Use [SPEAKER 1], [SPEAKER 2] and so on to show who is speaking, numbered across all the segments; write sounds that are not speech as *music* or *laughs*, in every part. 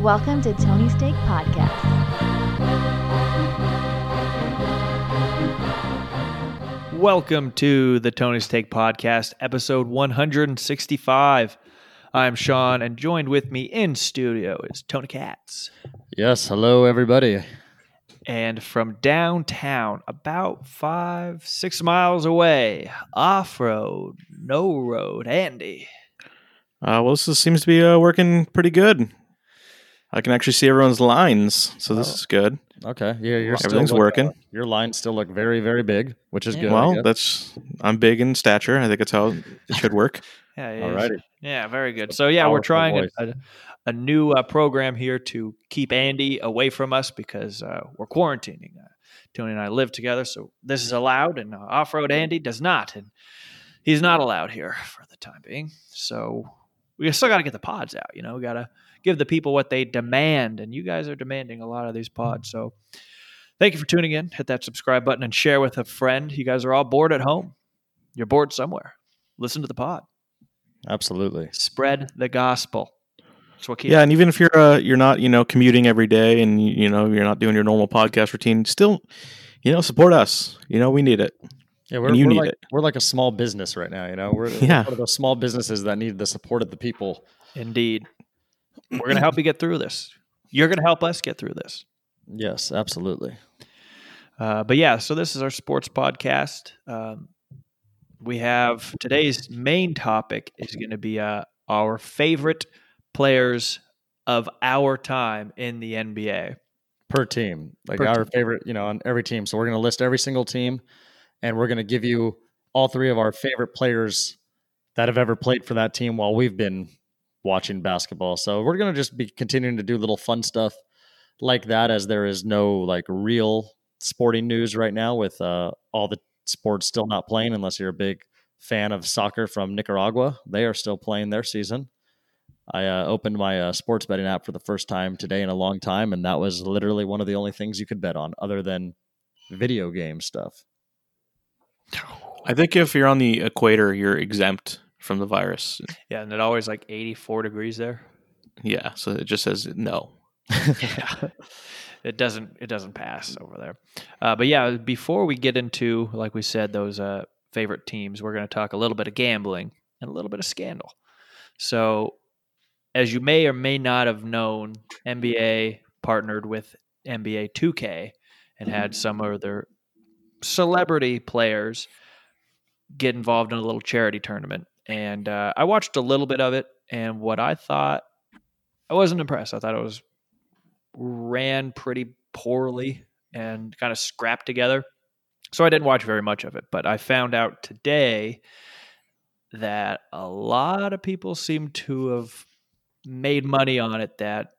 [SPEAKER 1] Welcome to Tony Steak Podcast.
[SPEAKER 2] Welcome to the Tony's Take Podcast, episode 165. I'm Sean, and joined with me in studio is Tony Katz.
[SPEAKER 3] Yes, hello everybody.
[SPEAKER 2] And from downtown, about five, six miles away, off road, no road, Andy.
[SPEAKER 4] Uh, well, this is- seems to be uh, working pretty good. I can actually see everyone's lines, so this
[SPEAKER 3] Oh.
[SPEAKER 4] is good.
[SPEAKER 3] Okay, yeah, you're still
[SPEAKER 4] Everything's
[SPEAKER 3] look- uh,
[SPEAKER 4] working.
[SPEAKER 3] Your lines still look very, very big, which is
[SPEAKER 2] Yeah.
[SPEAKER 3] good. I
[SPEAKER 4] well,
[SPEAKER 3] guess.
[SPEAKER 4] that's I'm big in stature. I think that's how *laughs* it should work.
[SPEAKER 2] Yeah, he
[SPEAKER 3] all
[SPEAKER 2] is.
[SPEAKER 3] righty.
[SPEAKER 2] Yeah, very good. So yeah, we're
[SPEAKER 3] Powerful
[SPEAKER 2] trying a,
[SPEAKER 3] voice.
[SPEAKER 2] a, a new uh, program here to keep Andy away from us because uh, we're quarantining. Uh, Tony and I live together, so this is allowed, and uh, off-road Andy does not, and he's not allowed here for the time being. So we still got to get the pods out. You know, we got to give the people what they demand, and you guys are demanding a lot of these pods. So thank you for tuning in. Hit that subscribe button and share with a friend. You guys are all bored at home. You're bored somewhere. Listen to the pod
[SPEAKER 3] Absolutely.
[SPEAKER 2] spread the gospel. That's what keeps
[SPEAKER 4] Yeah, and even if you're uh, you're not you know commuting every day, and you- you know you're not doing your normal podcast routine, still, you know, support us. You know, we need it.
[SPEAKER 3] Yeah, we're,
[SPEAKER 4] And you
[SPEAKER 3] we're
[SPEAKER 4] need
[SPEAKER 3] like
[SPEAKER 4] it.
[SPEAKER 3] we're like a small business right now. You know, we're, we're
[SPEAKER 4] Yeah.
[SPEAKER 3] one of those small businesses that need the support of the people.
[SPEAKER 2] indeed. We're going to help you get through this. You're going to help us get through this.
[SPEAKER 3] Yes, absolutely.
[SPEAKER 2] Uh, but yeah, so this is our sports podcast. Um, we have today's main topic is going to be uh, our favorite players of our time in the NBA.
[SPEAKER 3] Per team, like
[SPEAKER 2] Per
[SPEAKER 3] our favorite, you know, on every team. So we're going to list every single team, and we're going to give you all three of our favorite players that have ever played for that team while we've been watching basketball. So we're going to just be continuing to do little fun stuff like that, as there is no like real sporting news right now with uh, all the sports still not playing, unless you're a big fan of soccer from Nicaragua. They are still playing their season. I uh, opened my uh, sports betting app for the first time today in a long time, and that was literally one of the only things you could bet on, other than video game stuff.
[SPEAKER 4] I think if you're on the equator, you're exempt from the virus.
[SPEAKER 2] Yeah, and it always like 84 degrees there.
[SPEAKER 4] Yeah, so it just says no.
[SPEAKER 2] yeah. *laughs* it doesn't it doesn't pass over there uh, but yeah before we get into like we said those uh, favorite teams we're going to talk a little bit of gambling and a little bit of scandal so as you may or may not have known nba partnered with nba 2k and had some of their celebrity players get involved in a little charity tournament and uh, i watched a little bit of it and what i thought i wasn't impressed i thought it was ran pretty poorly and kind of scrapped together. So I didn't watch very much of it, but I found out today that a lot of people seem to have made money on it that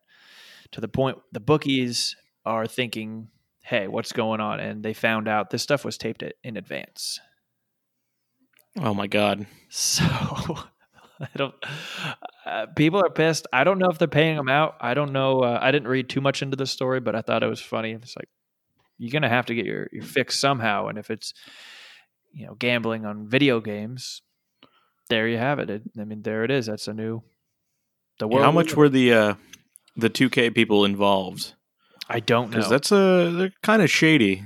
[SPEAKER 2] to the point the bookies are thinking, "Hey, what's going on?" and they found out this stuff was taped it in advance.
[SPEAKER 4] Oh my god.
[SPEAKER 2] So *laughs* I don't. Uh, people are pissed. I don't know if they're paying them out. I don't know. Uh, I didn't read too much into the story, but I thought it was funny. It's like you're gonna have to get your your fix somehow, and if it's you know gambling on video games, there you have it. it I mean, there it is. That's a new. The world.
[SPEAKER 4] How much were the uh, the 2K people involved?
[SPEAKER 2] I don't know.
[SPEAKER 4] because that's a they're kind of shady.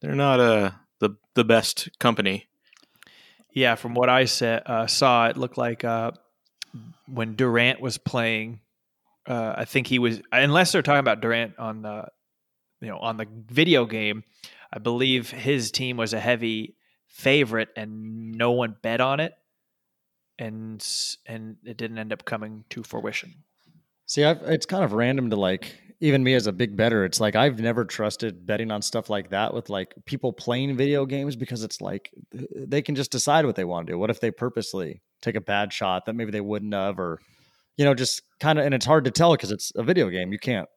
[SPEAKER 4] They're not uh the the best company.
[SPEAKER 2] Yeah, from what I sa- uh, saw, it looked like uh, when Durant was playing, uh, I think he was. Unless they're talking about Durant on the, you know, on the video game, I believe his team was a heavy favorite, and no one bet on it, and s- and it didn't end up coming to fruition.
[SPEAKER 3] See, I've, it's kind of random to like, even me as a big better, it's like I've never trusted betting on stuff like that with like people playing video games because it's like th- they can just decide what they want to do. What if they purposely take a bad shot that maybe they wouldn't have, or, you know, just kind of, and it's hard to tell because it's a video game. You can't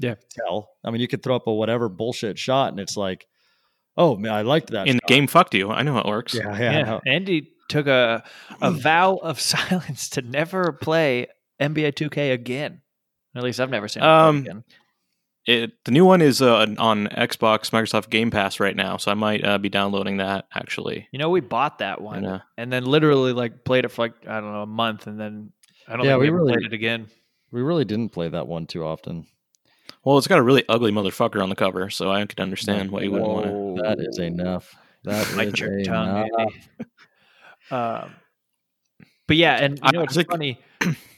[SPEAKER 2] Yeah.
[SPEAKER 3] tell. I mean, you could throw up a whatever bullshit shot and it's like, oh, man, I liked that.
[SPEAKER 4] In the
[SPEAKER 3] shot.
[SPEAKER 4] game fucked you. I know how it works.
[SPEAKER 3] Yeah. Yeah. I know.
[SPEAKER 2] Andy took a a vow of *laughs* silence to never play NBA 2K again. At least I've never seen. Him play
[SPEAKER 4] Um,
[SPEAKER 2] again.
[SPEAKER 4] It, the new one is uh, on Xbox Microsoft Game Pass right now, so I might uh, be downloading that actually.
[SPEAKER 2] You know, we bought that one
[SPEAKER 4] And, uh,
[SPEAKER 2] and then literally like played it for like I don't know a month, and then I don't
[SPEAKER 3] Yeah,
[SPEAKER 2] think we,
[SPEAKER 3] we
[SPEAKER 2] ever
[SPEAKER 3] really-
[SPEAKER 2] played it again.
[SPEAKER 3] We really didn't play that one too often.
[SPEAKER 4] Well, it's got a really ugly motherfucker on the cover, so I could understand why you wouldn't want to.
[SPEAKER 3] That is enough.
[SPEAKER 2] *laughs*
[SPEAKER 3] That is
[SPEAKER 2] Bite your
[SPEAKER 3] enough.
[SPEAKER 2] tongue. Andy. *laughs* Um, but yeah, and you
[SPEAKER 4] I-
[SPEAKER 2] know
[SPEAKER 4] I
[SPEAKER 2] it's
[SPEAKER 4] think-
[SPEAKER 2] funny.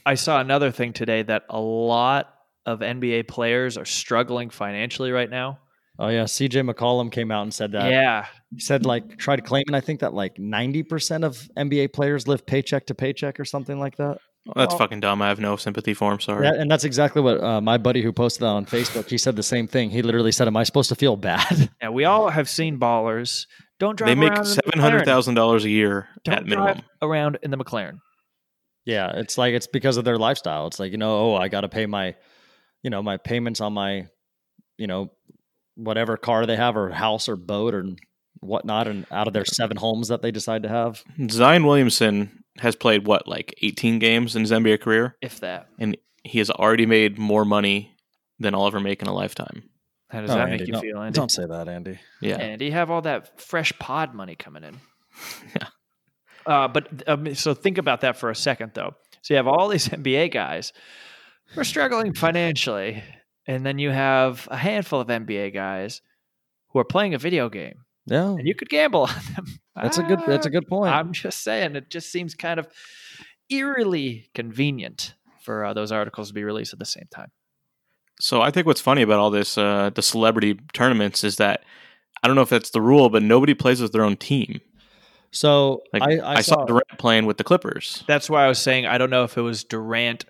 [SPEAKER 2] I saw another thing today that a lot of NBA players are struggling financially right now.
[SPEAKER 3] Oh yeah, CJ McCollum came out and said that.
[SPEAKER 2] yeah,
[SPEAKER 3] He said like tried claiming I think that like 90% of NBA players live paycheck to paycheck or something like that.
[SPEAKER 4] That's fucking dumb. I have no sympathy for him. Sorry.
[SPEAKER 3] That- and that's exactly what uh, my buddy who posted that on Facebook, he said the same thing. He literally said, "Am I supposed to feel bad?" *laughs*
[SPEAKER 2] yeah. We all have seen ballers. Don't drive.
[SPEAKER 4] they make
[SPEAKER 2] around in the
[SPEAKER 4] seven hundred
[SPEAKER 2] McLaren.
[SPEAKER 4] thousand dollars a year
[SPEAKER 2] Don't
[SPEAKER 4] at minimum.
[SPEAKER 2] drive around in the McLaren.
[SPEAKER 3] yeah, it's like it's because of their lifestyle. It's like, you know, oh, I got to pay my you know, my payments on my you know, whatever car they have or house or boat or whatnot and out of their seven homes that they decide to have.
[SPEAKER 4] Zion Williamson has played what, like eighteen games in his NBA career.
[SPEAKER 2] If that.
[SPEAKER 4] He has already made more money than I'll ever make in a lifetime.
[SPEAKER 2] How does
[SPEAKER 3] Oh,
[SPEAKER 2] that
[SPEAKER 3] Andy,
[SPEAKER 2] make you
[SPEAKER 3] don't-
[SPEAKER 2] feel, Andy?
[SPEAKER 3] Don't say that, Andy.
[SPEAKER 4] Yeah.
[SPEAKER 2] And you have all that fresh pod money coming
[SPEAKER 3] *laughs*
[SPEAKER 2] in.
[SPEAKER 4] Yeah.
[SPEAKER 2] Uh, but um, so think about that for a second, though. So you have all these *laughs* NBA guys who are struggling financially, and then you have a handful of NBA guys who are playing a video game,
[SPEAKER 3] Yeah.
[SPEAKER 2] and you could gamble *laughs* on them. Ah,
[SPEAKER 3] That's a good that's a good point.
[SPEAKER 2] I'm just saying, it just seems kind of eerily convenient for uh, those articles to be released at the same time.
[SPEAKER 4] So I think what's funny about all this, uh, the celebrity tournaments, is that I don't know if that's the rule, but nobody plays with their own team.
[SPEAKER 3] so
[SPEAKER 4] Like
[SPEAKER 3] I,
[SPEAKER 4] I, saw, Durant playing with the Clippers.
[SPEAKER 2] That's why I was saying I don't know if it was Durant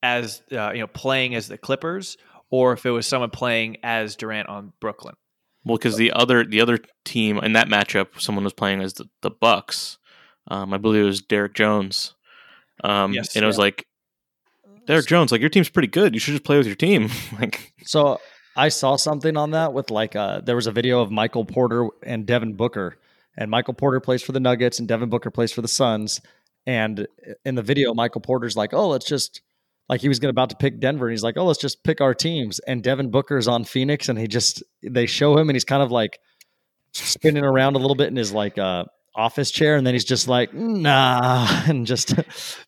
[SPEAKER 2] as uh, you know playing as the Clippers or if it was someone playing as Durant on Brooklyn.
[SPEAKER 4] Well, because the other the other team in that matchup, someone was playing as the, the Bucks. Um, I believe it was Derek Jones. Um,
[SPEAKER 2] Yes,
[SPEAKER 4] and it was like Derek Jones, like your team's pretty good. You should just play with your team. *laughs* like,
[SPEAKER 3] So I saw something on that with like uh there was a video of Michael Porter and Devin Booker. And Michael Porter plays for the Nuggets and Devin Booker plays for the Suns. And in the video, Michael Porter's like, Oh, let's just like he was gonna about to pick Denver. And he's like, Oh, let's just pick our teams. And Devin Booker's on Phoenix and he just they show him and he's kind of like spinning around a little bit in his like uh office chair and then he's just like nah *laughs* and just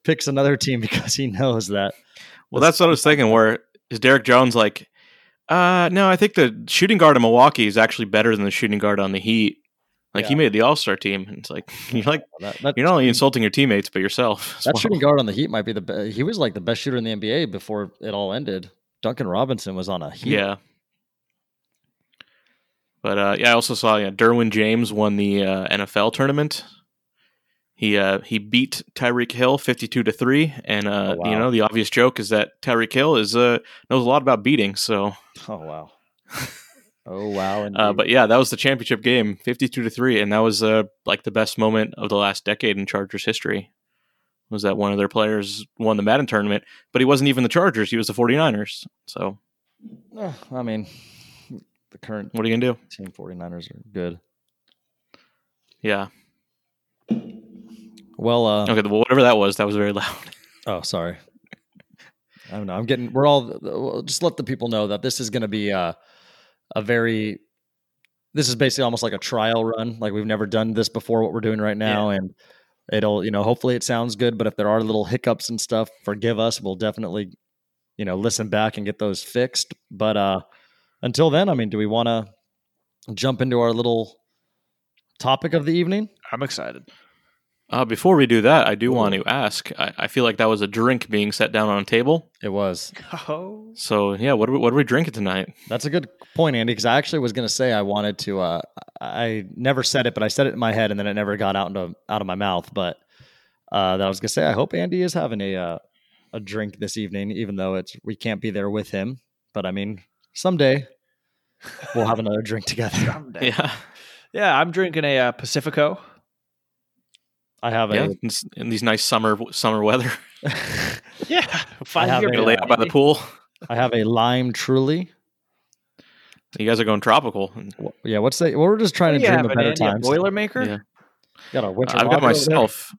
[SPEAKER 3] picks another team because he knows that
[SPEAKER 4] well, that's what I was thinking. Where is Derek Jones? Like, uh, no, I think the shooting guard in Milwaukee is actually better than the shooting guard on the Heat. Like he
[SPEAKER 3] Yeah.
[SPEAKER 4] made the All Star team. And it's like *laughs* you're like
[SPEAKER 3] that, that
[SPEAKER 4] you're not only insulting your teammates but yourself. as
[SPEAKER 3] That
[SPEAKER 4] well.
[SPEAKER 3] shooting guard on the Heat might be the best. He was like the best shooter in the NBA before it all ended. Duncan Robinson was on a Heat.
[SPEAKER 4] *laughs* Yeah. But uh, yeah, I also saw yeah, Derwin James won the uh, NFL tournament. He uh, he beat Tyreek Hill fifty two to three, and uh,
[SPEAKER 3] Oh, wow.
[SPEAKER 4] you know the obvious joke is that Tyreek Hill is uh, knows a lot about beating. So,
[SPEAKER 3] Oh
[SPEAKER 4] *laughs*
[SPEAKER 3] wow. Oh wow.
[SPEAKER 4] uh,
[SPEAKER 3] indeed.
[SPEAKER 4] but yeah, that was the championship game, fifty two to three, and that was uh, like the best moment of the last decade in Chargers history. Was that one of their players won the Madden tournament, but he wasn't even the Chargers; he was the 49ers. So,
[SPEAKER 3] Eh, I mean, the current
[SPEAKER 4] what are you gonna do?
[SPEAKER 3] team 49ers are good.
[SPEAKER 4] Yeah.
[SPEAKER 3] Well, uh,
[SPEAKER 4] Okay. Well, whatever that was, that was very *laughs* loud.
[SPEAKER 3] oh sorry. I don't know. I'm getting. We're all. well, Just let the people know that this is going to be uh, a very. This is basically almost like a trial run. Like we've never done this before. What we're doing right now, and it'll you know hopefully it sounds good but if there are little hiccups and stuff forgive us we'll definitely you know listen back and get those fixed but uh until then i mean do we want to jump into our little topic of the evening
[SPEAKER 2] I'm excited.
[SPEAKER 4] Uh, before we do that, I do want to ask. I, I feel like that was a drink being set down on a table.
[SPEAKER 3] it was
[SPEAKER 2] *laughs* Oh,
[SPEAKER 4] So yeah, what are we, what are we drinking tonight?
[SPEAKER 3] that's a good point andy because i actually was going to say i wanted to uh i never said it but i said it in my head and then it never got out into out of my mouth but uh that i was going to say i hope andy is having a uh, a drink this evening even though it's we can't be there with him but i mean someday we'll have another drink together. *laughs*
[SPEAKER 2] someday. yeah.
[SPEAKER 4] Yeah,
[SPEAKER 2] I'm drinking a uh, Pacifico.
[SPEAKER 3] I have
[SPEAKER 4] yeah.
[SPEAKER 3] a
[SPEAKER 4] In, s- in these nice summer summer weather,
[SPEAKER 2] *laughs* Yeah,
[SPEAKER 3] have
[SPEAKER 2] five year
[SPEAKER 3] a,
[SPEAKER 4] gonna *laughs* lay out by the pool.
[SPEAKER 3] *laughs* I have a lime truly.
[SPEAKER 4] You guys are going tropical.
[SPEAKER 3] Wh- Yeah, what's that? Well, we're just trying to dream of better times.
[SPEAKER 2] Boilermaker.
[SPEAKER 4] Yeah.
[SPEAKER 3] Got a winter.
[SPEAKER 4] Uh, I've got
[SPEAKER 3] lager over there,
[SPEAKER 4] myself.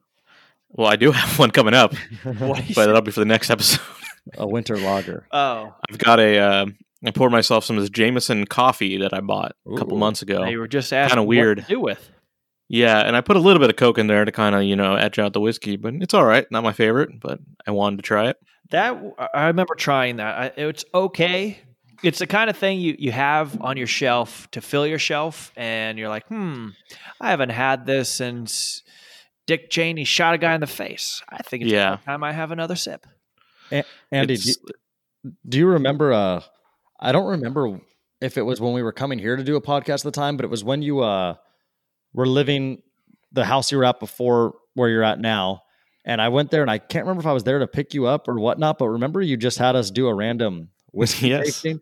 [SPEAKER 4] Well, I do *laughs* have one coming up,
[SPEAKER 2] What do you
[SPEAKER 4] but uh,
[SPEAKER 2] say?
[SPEAKER 4] that'll be for the next episode.
[SPEAKER 3] *laughs*
[SPEAKER 4] *laughs*
[SPEAKER 3] a winter lager.
[SPEAKER 2] oh,
[SPEAKER 4] I've got a. Uh, I poured myself some of this Jameson coffee that I bought a couple
[SPEAKER 3] Ooh.
[SPEAKER 4] months ago.
[SPEAKER 2] now you were just asking.
[SPEAKER 4] weird.
[SPEAKER 2] What to do with
[SPEAKER 4] Yeah, and I put a little bit of Coke in there to kind of, you know, etch out the whiskey, but it's all right. Not my favorite, but I wanted to try it.
[SPEAKER 2] That I remember trying that. I, it's okay. It's the kind of thing you you have on your shelf to fill your shelf, and you're like, hmm, I haven't had this since Dick Cheney shot a guy in the face. I think it's
[SPEAKER 4] Yeah.
[SPEAKER 2] time I have another sip.
[SPEAKER 3] Andy, do,
[SPEAKER 4] It's-
[SPEAKER 3] do you remember? Uh, I don't remember if it was when we were coming here to do a podcast at the time, but it was when you uh were living the house you were at before where you're at now. And I went there, and I can't remember if I was there to pick you up or whatnot. But remember, you just had us do a random whiskey
[SPEAKER 4] *laughs* Yes.
[SPEAKER 3] tasting.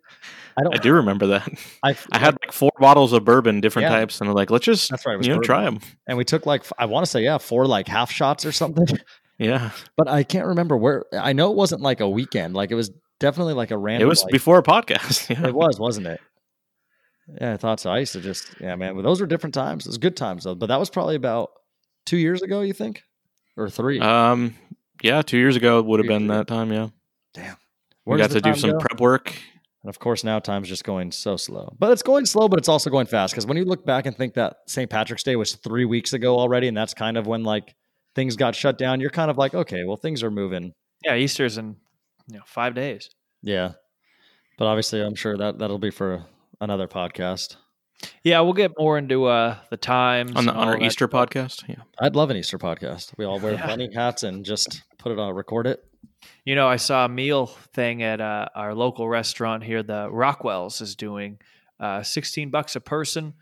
[SPEAKER 3] I don't.
[SPEAKER 4] I do remember that. *laughs*
[SPEAKER 3] I,
[SPEAKER 4] I had like four bottles of bourbon, different
[SPEAKER 3] Yeah.
[SPEAKER 4] types, and I'm like, let's just
[SPEAKER 3] *laughs* That's right. it was
[SPEAKER 4] you know
[SPEAKER 3] bourbon.
[SPEAKER 4] try them.
[SPEAKER 3] and we took like f- I want to say yeah, four like half shots or something. *laughs*
[SPEAKER 4] Yeah,
[SPEAKER 3] but I can't remember where. I know it wasn't like a weekend. Like it was definitely like a random.
[SPEAKER 4] it was
[SPEAKER 3] like-
[SPEAKER 4] before a podcast. *laughs* Yeah.
[SPEAKER 3] It was, wasn't it? Yeah, I thought so. I used to just, yeah, man. But those were different times. It was good times though. But that was probably about two years ago, you think, or three.
[SPEAKER 4] Um, yeah, two years ago it would have
[SPEAKER 3] Two years
[SPEAKER 4] been
[SPEAKER 3] ago.
[SPEAKER 4] that time. Yeah,
[SPEAKER 3] Where
[SPEAKER 4] we
[SPEAKER 3] does
[SPEAKER 4] got
[SPEAKER 3] the
[SPEAKER 4] to do
[SPEAKER 3] time
[SPEAKER 4] some
[SPEAKER 3] go?
[SPEAKER 4] prep work.
[SPEAKER 3] And of course, now time's just going so slow. But it's going slow, but it's also going fast. Because when you look back and think that St. Patrick's Day was three weeks ago already, and that's kind of when like things got shut down. You're kind of like, okay, well, things are moving.
[SPEAKER 2] Yeah, Easter's in you know five days.
[SPEAKER 3] Yeah. But obviously, I'm sure that that'll be for another podcast.
[SPEAKER 2] Yeah, we'll get more into uh the times
[SPEAKER 4] on the
[SPEAKER 2] and
[SPEAKER 4] on
[SPEAKER 2] all
[SPEAKER 4] our
[SPEAKER 2] that.
[SPEAKER 4] Easter podcast. Yeah,
[SPEAKER 3] I'd love an Easter podcast. We all *laughs* wear
[SPEAKER 2] Yeah.
[SPEAKER 3] bunny hats and just put it on, record it.
[SPEAKER 2] You know, I saw a meal thing at uh, our local restaurant here. The Rockwell's is doing uh, sixteen bucks a person.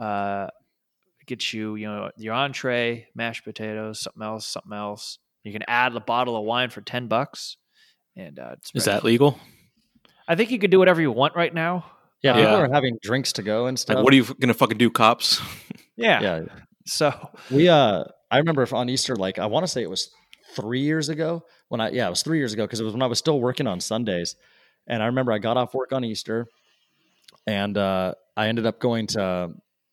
[SPEAKER 2] Uh, get you, you know, your entree, mashed potatoes, something else, something else. You can add a bottle of wine for ten bucks, and uh, it's
[SPEAKER 4] is
[SPEAKER 2] very-
[SPEAKER 4] that legal?
[SPEAKER 2] I think you can do whatever you want right now.
[SPEAKER 3] Yeah, people
[SPEAKER 4] Yeah.
[SPEAKER 3] are having drinks to go and stuff.
[SPEAKER 4] Like, what are you f- gonna fucking do, cops?
[SPEAKER 2] Yeah.
[SPEAKER 3] yeah,
[SPEAKER 2] So
[SPEAKER 3] we uh, I remember if on Easter, like I want to say it was three years ago when I yeah it was three years ago because it was when I was still working on Sundays, and I remember I got off work on Easter, and uh, I ended up going to.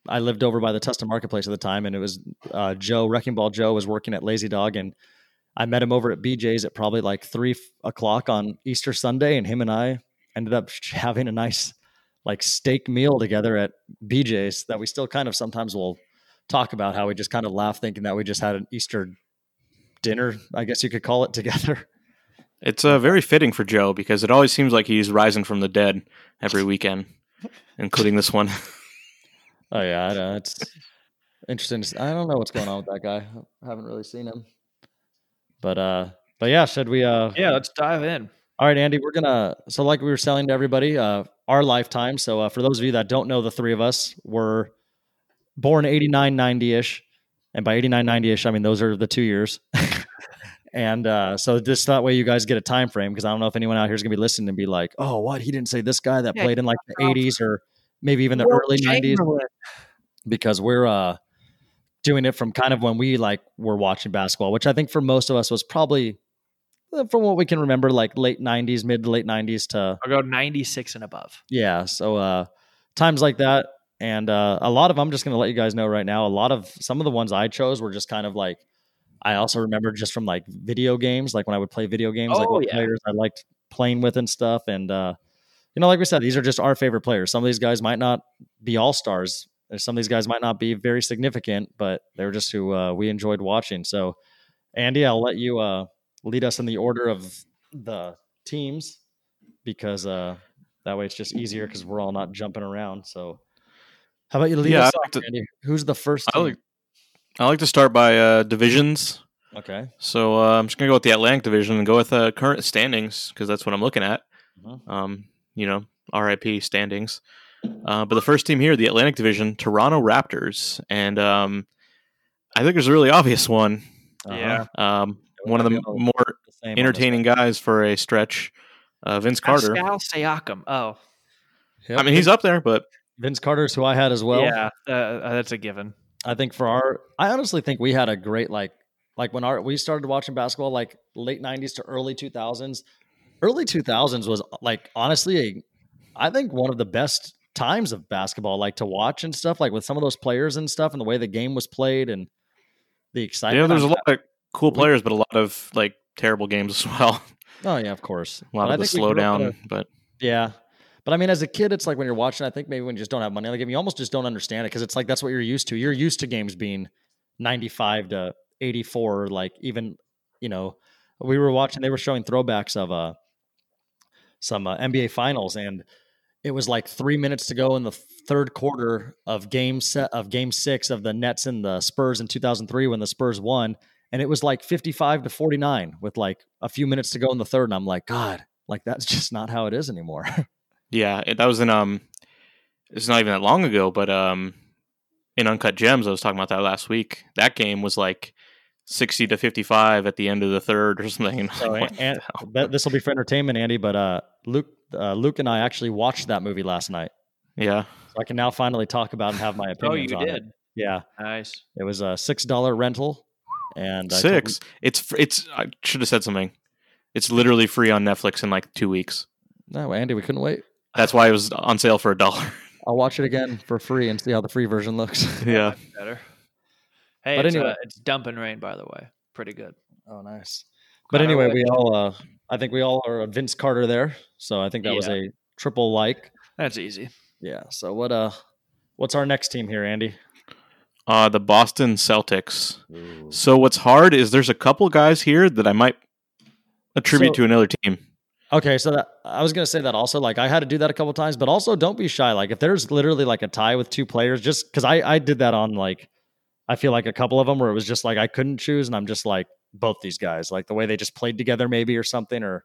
[SPEAKER 3] I lived over by the Tustin Marketplace at the time, and it was uh, Joe Wrecking Ball Joe was working at Lazy Dog, and I met him over at BJ's at probably like three f- o'clock on Easter Sunday, and him and I ended up having a nice like steak meal together at BJ's that we still kind of sometimes will talk about how we just kind of laugh thinking that we just had an Easter dinner, I guess you could call it *laughs* together.
[SPEAKER 4] It's uh, very fitting for Joe because it always seems like he's rising from the dead *laughs* every weekend, including this one. *laughs*
[SPEAKER 3] Oh yeah, I know. It's interesting. to s- I don't know what's going on with that guy. I haven't really seen him. But uh but yeah, should we uh
[SPEAKER 2] yeah, let's dive in.
[SPEAKER 3] All right, Andy, we're gonna so like we were selling to everybody, uh, our lifetime. So uh, for those of you that don't know, the three of us were born 89, 90 ish, and by 89, 90 ish, I mean those are the two years. *laughs* and uh, so just that way you guys get a time frame because I don't know if anyone out here is gonna be listening and be like, oh, what he didn't say this guy that
[SPEAKER 2] Yeah,
[SPEAKER 3] played in like the
[SPEAKER 2] off.
[SPEAKER 3] 80s or maybe even the early 90s because we're uh doing it from kind of when we like were watching basketball, which I think for most of us was probably uh, from what we can remember, like late nineties, mid to late nineties to
[SPEAKER 2] I'll go ninety six and above.
[SPEAKER 3] yeah. So uh times like that. And uh a lot of I'm just gonna let you guys know right now, a lot of some of the ones I chose were just kind of like I also remember just from like video games, like when I would play video games, like
[SPEAKER 2] Oh,
[SPEAKER 3] what
[SPEAKER 2] yeah.
[SPEAKER 3] players I liked playing with and stuff. And uh you know, like we said, these are just our favorite players. Some of these guys might not be all stars. Some of these guys might not be very significant, but they were just who uh, we enjoyed watching. So, Andy, I'll let you uh, lead us in the order of the teams because uh, that way it's just easier because we're all not jumping around. So, how about you lead us
[SPEAKER 4] Yeah, I'd like
[SPEAKER 3] off,
[SPEAKER 4] to-
[SPEAKER 3] Andy? Who's the first?
[SPEAKER 4] I
[SPEAKER 3] team?
[SPEAKER 4] like I like to start by uh, divisions.
[SPEAKER 3] okay.
[SPEAKER 4] So uh, I'm just gonna go with the Atlantic Division and go with uh, current standings because that's what I'm looking at.
[SPEAKER 3] Mhm.
[SPEAKER 4] Um, you know, RIP standings. Uh, but the first team here, the Atlantic Division, Toronto Raptors, and um, I think there's a really obvious one.
[SPEAKER 3] Uh-huh.
[SPEAKER 2] Yeah.
[SPEAKER 4] Um,
[SPEAKER 3] Yeah,
[SPEAKER 4] one of the
[SPEAKER 3] we
[SPEAKER 4] m-
[SPEAKER 3] gotta be able
[SPEAKER 4] more
[SPEAKER 3] the same on this
[SPEAKER 4] entertaining guys for a stretch, uh, Vince Carter.
[SPEAKER 2] Pascal Siakam. Oh,
[SPEAKER 3] one. Yep.
[SPEAKER 4] I mean, he's up there, but
[SPEAKER 3] Vince Carter's who I had as well.
[SPEAKER 2] yeah, uh, that's a given.
[SPEAKER 3] I think for our, I honestly think we had a great like, like when our we started watching basketball like late '90s to early 2000s. Early 2000s was like honestly, a, I think one of the best times of basketball, like to watch and stuff, like with some of those players and stuff, and the way the game was played and the
[SPEAKER 4] you
[SPEAKER 3] excitement.
[SPEAKER 4] know, there's a
[SPEAKER 3] I'm-
[SPEAKER 4] lot of cool players, but a lot of like terrible games as *laughs* well.
[SPEAKER 3] Oh yeah, of course.
[SPEAKER 4] A lot
[SPEAKER 3] But I
[SPEAKER 4] of the
[SPEAKER 3] think we grew up in a-
[SPEAKER 4] slowdown, but
[SPEAKER 3] Yeah. But But I mean, as a kid, it's like when you're watching, I think maybe when you just don't have money on the game, you almost just don't understand it because it's like that's what you're used to. You're used to games being 95 to 84, like even, you know, we were watching, they were showing throwbacks of uh, some uh, NBA finals and it was like three minutes to go in the third quarter of game set of game six of the Nets and the Spurs in 2003 when the Spurs won. And it was like 55 to 49 with like a few minutes to go in the third. And I'm like, God, like that's *laughs* just not how it
[SPEAKER 2] *laughs*
[SPEAKER 3] is anymore.
[SPEAKER 4] Yeah, it- that was in um, it's not even that long ago, but um, in Uncut Gems, I was talking about that last week. That game was like sixty to fifty-five at the end of the third or *laughs* something. And I'm
[SPEAKER 3] So,
[SPEAKER 4] like,
[SPEAKER 2] *laughs*
[SPEAKER 4] what
[SPEAKER 3] and,
[SPEAKER 4] the hell?
[SPEAKER 3] this will be for entertainment, Andy. But uh, Luke, uh, Luke, and I actually watched that movie last night,
[SPEAKER 4] yeah,
[SPEAKER 3] so I can now finally talk about and have
[SPEAKER 2] *laughs*
[SPEAKER 3] my
[SPEAKER 2] Oh,
[SPEAKER 3] opinions.
[SPEAKER 2] you
[SPEAKER 3] on it.
[SPEAKER 2] did.
[SPEAKER 3] Yeah,
[SPEAKER 2] Nice.
[SPEAKER 3] it was a six dollar rental, and I took-
[SPEAKER 4] six. It's fr- it's. I should have said something. It's literally free on Netflix in like two weeks.
[SPEAKER 3] no, Andy, we couldn't wait.
[SPEAKER 4] That's why it was on sale for a dollar. *laughs*
[SPEAKER 3] I'll watch it again for free and see how the free
[SPEAKER 2] *laughs*
[SPEAKER 3] version looks. *laughs*
[SPEAKER 4] yeah,
[SPEAKER 2] That's better. Hey,
[SPEAKER 3] But
[SPEAKER 2] it's,
[SPEAKER 3] anyway.
[SPEAKER 2] uh, it's dumping rain, by the way. Pretty good.
[SPEAKER 3] oh, nice. But
[SPEAKER 2] Kinda
[SPEAKER 3] anyway,
[SPEAKER 2] like-
[SPEAKER 3] we all, uh, I think we all are a Vince Carter there. So I think that was
[SPEAKER 2] Yeah.
[SPEAKER 3] a triple like.
[SPEAKER 2] That's easy.
[SPEAKER 3] Yeah. So what? Uh, what's our next team here, Andy?
[SPEAKER 4] uh, the Boston Celtics. So what's hard is there's a couple guys here that I might attribute
[SPEAKER 3] So-
[SPEAKER 4] to another team.
[SPEAKER 3] Okay, so that I was gonna say that also. Like I had to do that a couple times, but also don't be shy. Like if there's literally like a tie with two players, just because I I did that on like I feel like a couple of them where it was just like I couldn't choose, and I'm just like both these guys, like the way they just played together maybe or something or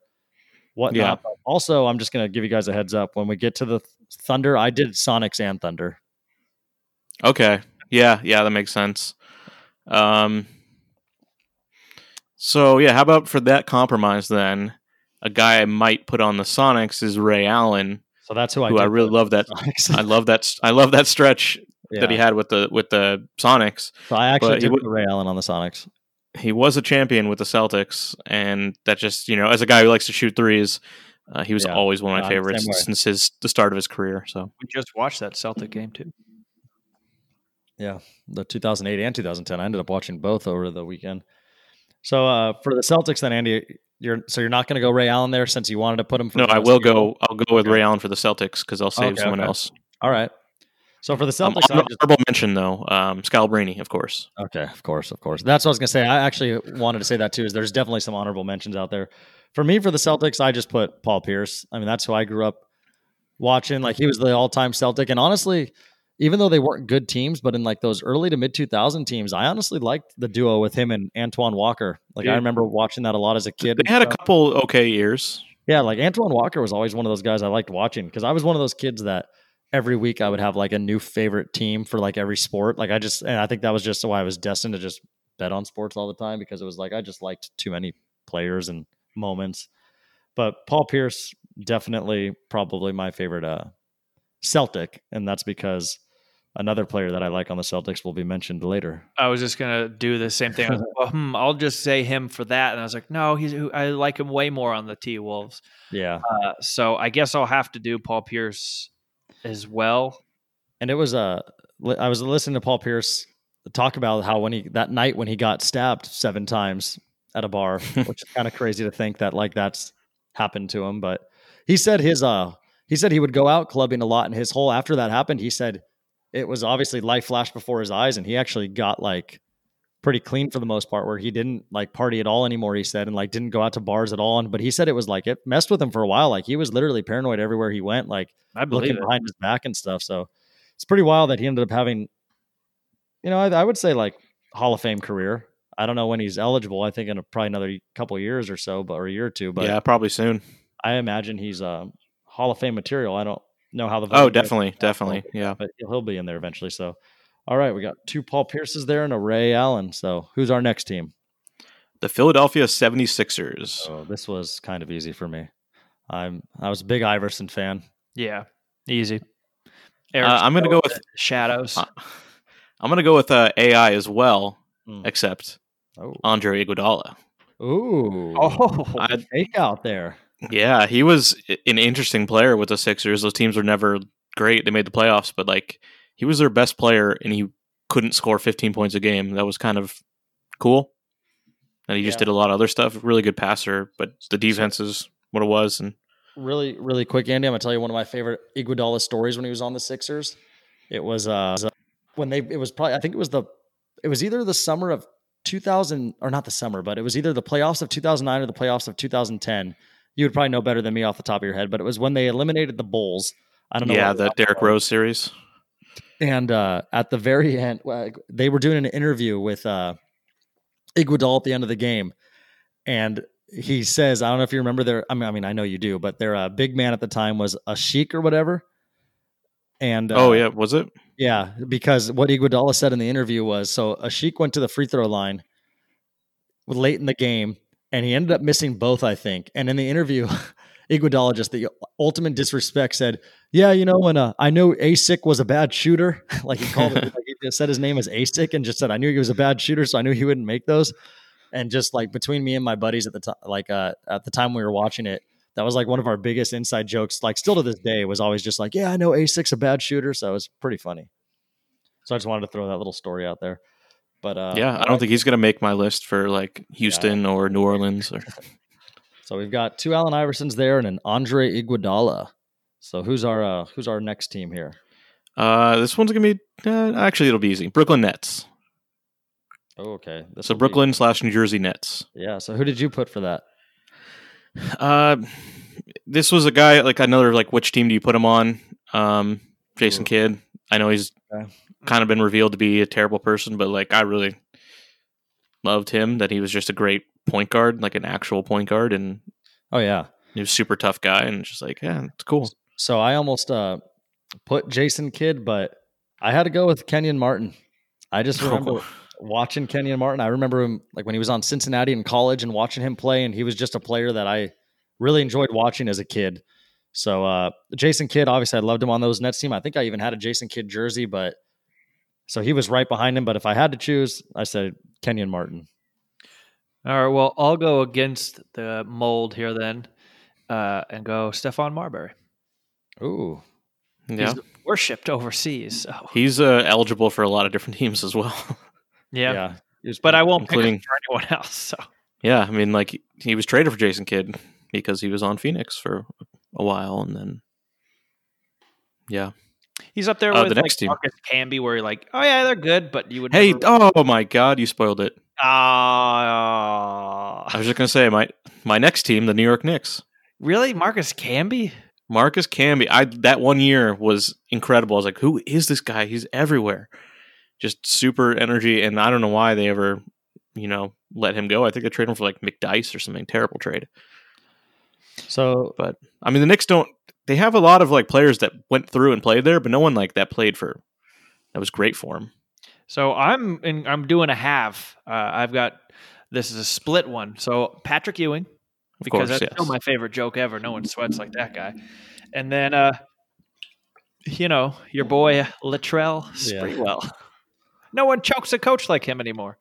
[SPEAKER 3] whatnot.
[SPEAKER 4] Yeah.
[SPEAKER 3] But also, I'm just gonna give you guys a heads up when we get to the Thunder. I did Sonics and Thunder.
[SPEAKER 4] Okay. Yeah, yeah, that makes sense. Um So, yeah, how about for that compromise then? A guy I might put on the Sonics is Ray Allen,
[SPEAKER 3] So that's who I
[SPEAKER 4] who
[SPEAKER 3] did
[SPEAKER 4] I really
[SPEAKER 3] put
[SPEAKER 4] love that
[SPEAKER 3] on Sonics.
[SPEAKER 4] *laughs* I love that I love that stretch that he
[SPEAKER 3] Yeah.
[SPEAKER 4] had with the with the Sonics.
[SPEAKER 3] So I
[SPEAKER 4] but
[SPEAKER 3] actually
[SPEAKER 4] he
[SPEAKER 3] did
[SPEAKER 4] would-
[SPEAKER 3] put Ray Allen on the Sonics.
[SPEAKER 4] He was a champion with the Celtics and that just, you know, as a guy who likes to shoot threes, uh, he was
[SPEAKER 3] Yeah.
[SPEAKER 4] always one of
[SPEAKER 3] Yeah,
[SPEAKER 4] my
[SPEAKER 3] I'm the same
[SPEAKER 4] favorites
[SPEAKER 3] way.
[SPEAKER 4] since his the start of his career, so.
[SPEAKER 2] We just watched that Celtic game too.
[SPEAKER 3] the 2008 and 2010. I ended up watching both over the weekend. So uh, for the Celtics, then Andy, you're so you're not going to go Ray Allen there since you wanted to put him. For
[SPEAKER 4] No,
[SPEAKER 3] the
[SPEAKER 4] I
[SPEAKER 3] rest
[SPEAKER 4] will
[SPEAKER 3] of your-
[SPEAKER 4] go. I'll go with
[SPEAKER 3] Okay.
[SPEAKER 4] Ray Allen for the Celtics because I'll save
[SPEAKER 3] Okay,
[SPEAKER 4] someone
[SPEAKER 3] okay.
[SPEAKER 4] else.
[SPEAKER 3] All right. So for the
[SPEAKER 4] Um,
[SPEAKER 3] Celtics, I
[SPEAKER 4] hon-
[SPEAKER 3] just,
[SPEAKER 4] honorable mention though, um, Scalabrini, of course.
[SPEAKER 3] okay, of course, of course. That's what I was going to say. I actually wanted to say that too. Is there's definitely some honorable mentions out there. For me, for the Celtics, I just put Paul Pierce. I mean, that's who I grew up watching. Like he was the all-time Celtic, and honestly. Even though they weren't good teams, but in like those early to mid 2000 teams, I honestly liked the duo with him and Antoine Walker. Like I
[SPEAKER 2] Dude.
[SPEAKER 3] remember watching that a lot as a kid. and
[SPEAKER 4] They had a
[SPEAKER 3] stuff.
[SPEAKER 4] couple okay years.
[SPEAKER 3] Yeah, like Antoine Walker was always one of those guys I liked watching because I was one of those kids that every week I would have like a new favorite team for like every sport. Like I just, and I think that was just why I was destined to just bet on sports all the time because it was like I just liked too many players and moments. But Paul Pierce definitely probably my favorite uh, Celtic, and that's because another player that I like on the Celtics will be mentioned later.
[SPEAKER 2] I was just gonna do the same thing. I was like, well, hmm, I'll just say him for that, and I was like, no, he's I like him way more on the T Wolves.
[SPEAKER 3] Yeah,
[SPEAKER 2] Uh, so I guess I'll have to do Paul Pierce as well.
[SPEAKER 3] and it was uh, li- I was listening to Paul Pierce talk about how when he that night when he got stabbed seven times at a bar, which is kind of crazy to think that like that's happened to him, but he said his uh he said he would go out clubbing a lot and his whole after that happened, he said it was obviously life flashed before his eyes and he actually got like pretty clean for the most part where he didn't like party at all anymore he said and like didn't go out to bars at all and but he said it was like it messed with him for a while like he was literally paranoid everywhere he went like
[SPEAKER 2] I
[SPEAKER 3] looking
[SPEAKER 2] believe it.
[SPEAKER 3] behind his back and stuff. So it's pretty wild that he ended up having, you know, I, I would say like Hall of Fame career. I don't know when he's eligible. I think in a, probably another couple years or so, but or a year or two. But
[SPEAKER 4] yeah, probably soon.
[SPEAKER 3] I imagine he's um, Hall of Fame material. I don't know how the
[SPEAKER 4] Oh,
[SPEAKER 3] voting goes,
[SPEAKER 4] definitely, definitely. Yeah.
[SPEAKER 3] but he'll, he'll be in there eventually. So all right, we got two Paul Pierces there and a Ray Allen. So who's our next team?
[SPEAKER 4] The Philadelphia 76ers.
[SPEAKER 3] So this was kind of easy for me. I'm I was a big Iverson fan.
[SPEAKER 2] Yeah, easy.
[SPEAKER 4] Uh, I'm gonna go with-
[SPEAKER 3] Oh.
[SPEAKER 2] shadows.
[SPEAKER 4] Uh, I'm gonna go with uh, AI as well,
[SPEAKER 3] Mm.
[SPEAKER 4] except
[SPEAKER 3] Oh,
[SPEAKER 4] Andre Iguodala.
[SPEAKER 3] ooh,
[SPEAKER 2] oh, *laughs*
[SPEAKER 4] I,
[SPEAKER 3] fake out there.
[SPEAKER 4] yeah, he was i- an interesting player with the Sixers. Those teams were never great. They made the playoffs, but like he was their best player, and he couldn't score 15 points a game. That was kind of cool. And he just
[SPEAKER 3] Yeah.
[SPEAKER 4] did a lot of other stuff. Really good passer, but the defense is what it was. And
[SPEAKER 3] really, really quick, Andy. I'm gonna tell you one of my favorite Iguodala stories when he was on the Sixers. It was uh when they it was probably I think it was the it was either the summer of 2000 or not the summer, but it was either the playoffs of 2009 or the playoffs of 2010. You would probably know better than me off the top of your head, but it was when they eliminated the Bulls. I don't know.
[SPEAKER 4] yeah,
[SPEAKER 3] what-
[SPEAKER 4] the Derrick Rose series.
[SPEAKER 3] and uh, at the very end, uh, they were doing an interview with uh, Iguodala at the end of the game, and he says, "I don't know if you remember their. I mean, I mean, I know you do, but their uh, big man at the time was a Sheik or whatever." And uh,
[SPEAKER 4] Oh yeah, was it?
[SPEAKER 3] yeah, because what Iguodala said in the interview was so Ashik went to the free throw line late in the game, and he ended up missing both, I think. And in the interview, *laughs* Iguodala just the ultimate disrespect said, "Yeah, you know, when uh, I knew Asic was a bad shooter, *laughs* like he called it, like he just said his name as Asic, and just said I knew he was a bad shooter, so I knew he wouldn't make those." And just like between me and my buddies at the time, like uh, at the time we were watching it, that was like one of our biggest inside jokes. Like still to this day, was always just like, "Yeah, I know Asic's a bad shooter," so it was pretty funny. So I just wanted to throw that little story out there. But uh,
[SPEAKER 4] yeah, I don't think he's gonna make my list for like Houston or New Orleans.
[SPEAKER 3] *laughs*
[SPEAKER 4] Or
[SPEAKER 3] So we've got two Allen Iversons there and an Andre Iguodala. So who's our uh, who's our next team here?
[SPEAKER 4] uh, this one's gonna be uh, actually it'll be easy. Brooklyn Nets.
[SPEAKER 3] Oh, okay. This
[SPEAKER 4] So
[SPEAKER 3] will be-
[SPEAKER 4] Brooklyn slash New Jersey Nets.
[SPEAKER 3] yeah. So who did you put for that?
[SPEAKER 4] Uh, this was a guy like another like which team do you put him on? Um, Jason
[SPEAKER 3] Ooh.
[SPEAKER 4] Kidd. I know he's
[SPEAKER 3] Okay.
[SPEAKER 4] kind of been revealed to be a terrible person, but like I really loved him that he was just a great point guard, like an actual point guard, and
[SPEAKER 3] Oh yeah.
[SPEAKER 4] he was a super tough guy, and just like yeah, it's cool.
[SPEAKER 3] So I almost uh, put Jason Kidd, but I had to go with Kenyon Martin. I just
[SPEAKER 2] Oh.
[SPEAKER 3] remember watching Kenyon Martin. I remember him like when he was on Cincinnati in college and watching him play, and he was just a player that I really enjoyed watching as a kid. So uh Jason Kidd, obviously I loved him on those Nets team. I think I even had a Jason Kidd jersey, but so he was right behind him. But if I had to choose, I said Kenyon Martin.
[SPEAKER 2] All right. Well, I'll go against the mold here then, uh, and go Stefan Marbury.
[SPEAKER 3] Ooh.
[SPEAKER 4] yeah,
[SPEAKER 2] He's worshipped overseas. So.
[SPEAKER 4] he's uh, eligible for a lot of different *laughs* teams as well.
[SPEAKER 2] Yeah.
[SPEAKER 3] He was
[SPEAKER 2] But I won't pick him
[SPEAKER 4] Including-
[SPEAKER 2] for anyone *laughs* else. So
[SPEAKER 4] yeah, I mean, like he was traded for Jason Kidd because he was on Phoenix for a while, and then yeah.
[SPEAKER 2] he's up there
[SPEAKER 4] Uh,
[SPEAKER 2] with
[SPEAKER 4] the
[SPEAKER 2] like,
[SPEAKER 4] next team.
[SPEAKER 2] Marcus Camby, where you're like, oh yeah, they're good, but you would.
[SPEAKER 4] Hey,
[SPEAKER 2] never-
[SPEAKER 4] oh my God, you spoiled it.
[SPEAKER 2] *laughs* Ah.
[SPEAKER 4] *laughs* I was just gonna say my my next team, the New York Knicks.
[SPEAKER 2] really, Marcus Camby?
[SPEAKER 4] Marcus Camby. I that one year was incredible. I was like, who is this guy? He's everywhere. Just super energy, and I don't know why they ever, you know, let him go. I think they traded him for like McDice or something. Terrible trade.
[SPEAKER 3] so
[SPEAKER 4] I mean, the Knicks don't. They have a lot of like players that went through and played there, but no one like that played for. That was great for him.
[SPEAKER 2] So I'm in, I'm doing a half. Uh, I've got this is a split one. So Patrick Ewing,
[SPEAKER 4] Of
[SPEAKER 2] because
[SPEAKER 4] course,
[SPEAKER 2] that's still
[SPEAKER 4] yes.
[SPEAKER 2] my favorite joke ever. No one sweats like that guy. And then, uh, you know, your boy uh, Latrell
[SPEAKER 3] Yeah.
[SPEAKER 2] Sprewell. *laughs* No one chokes a coach like him anymore.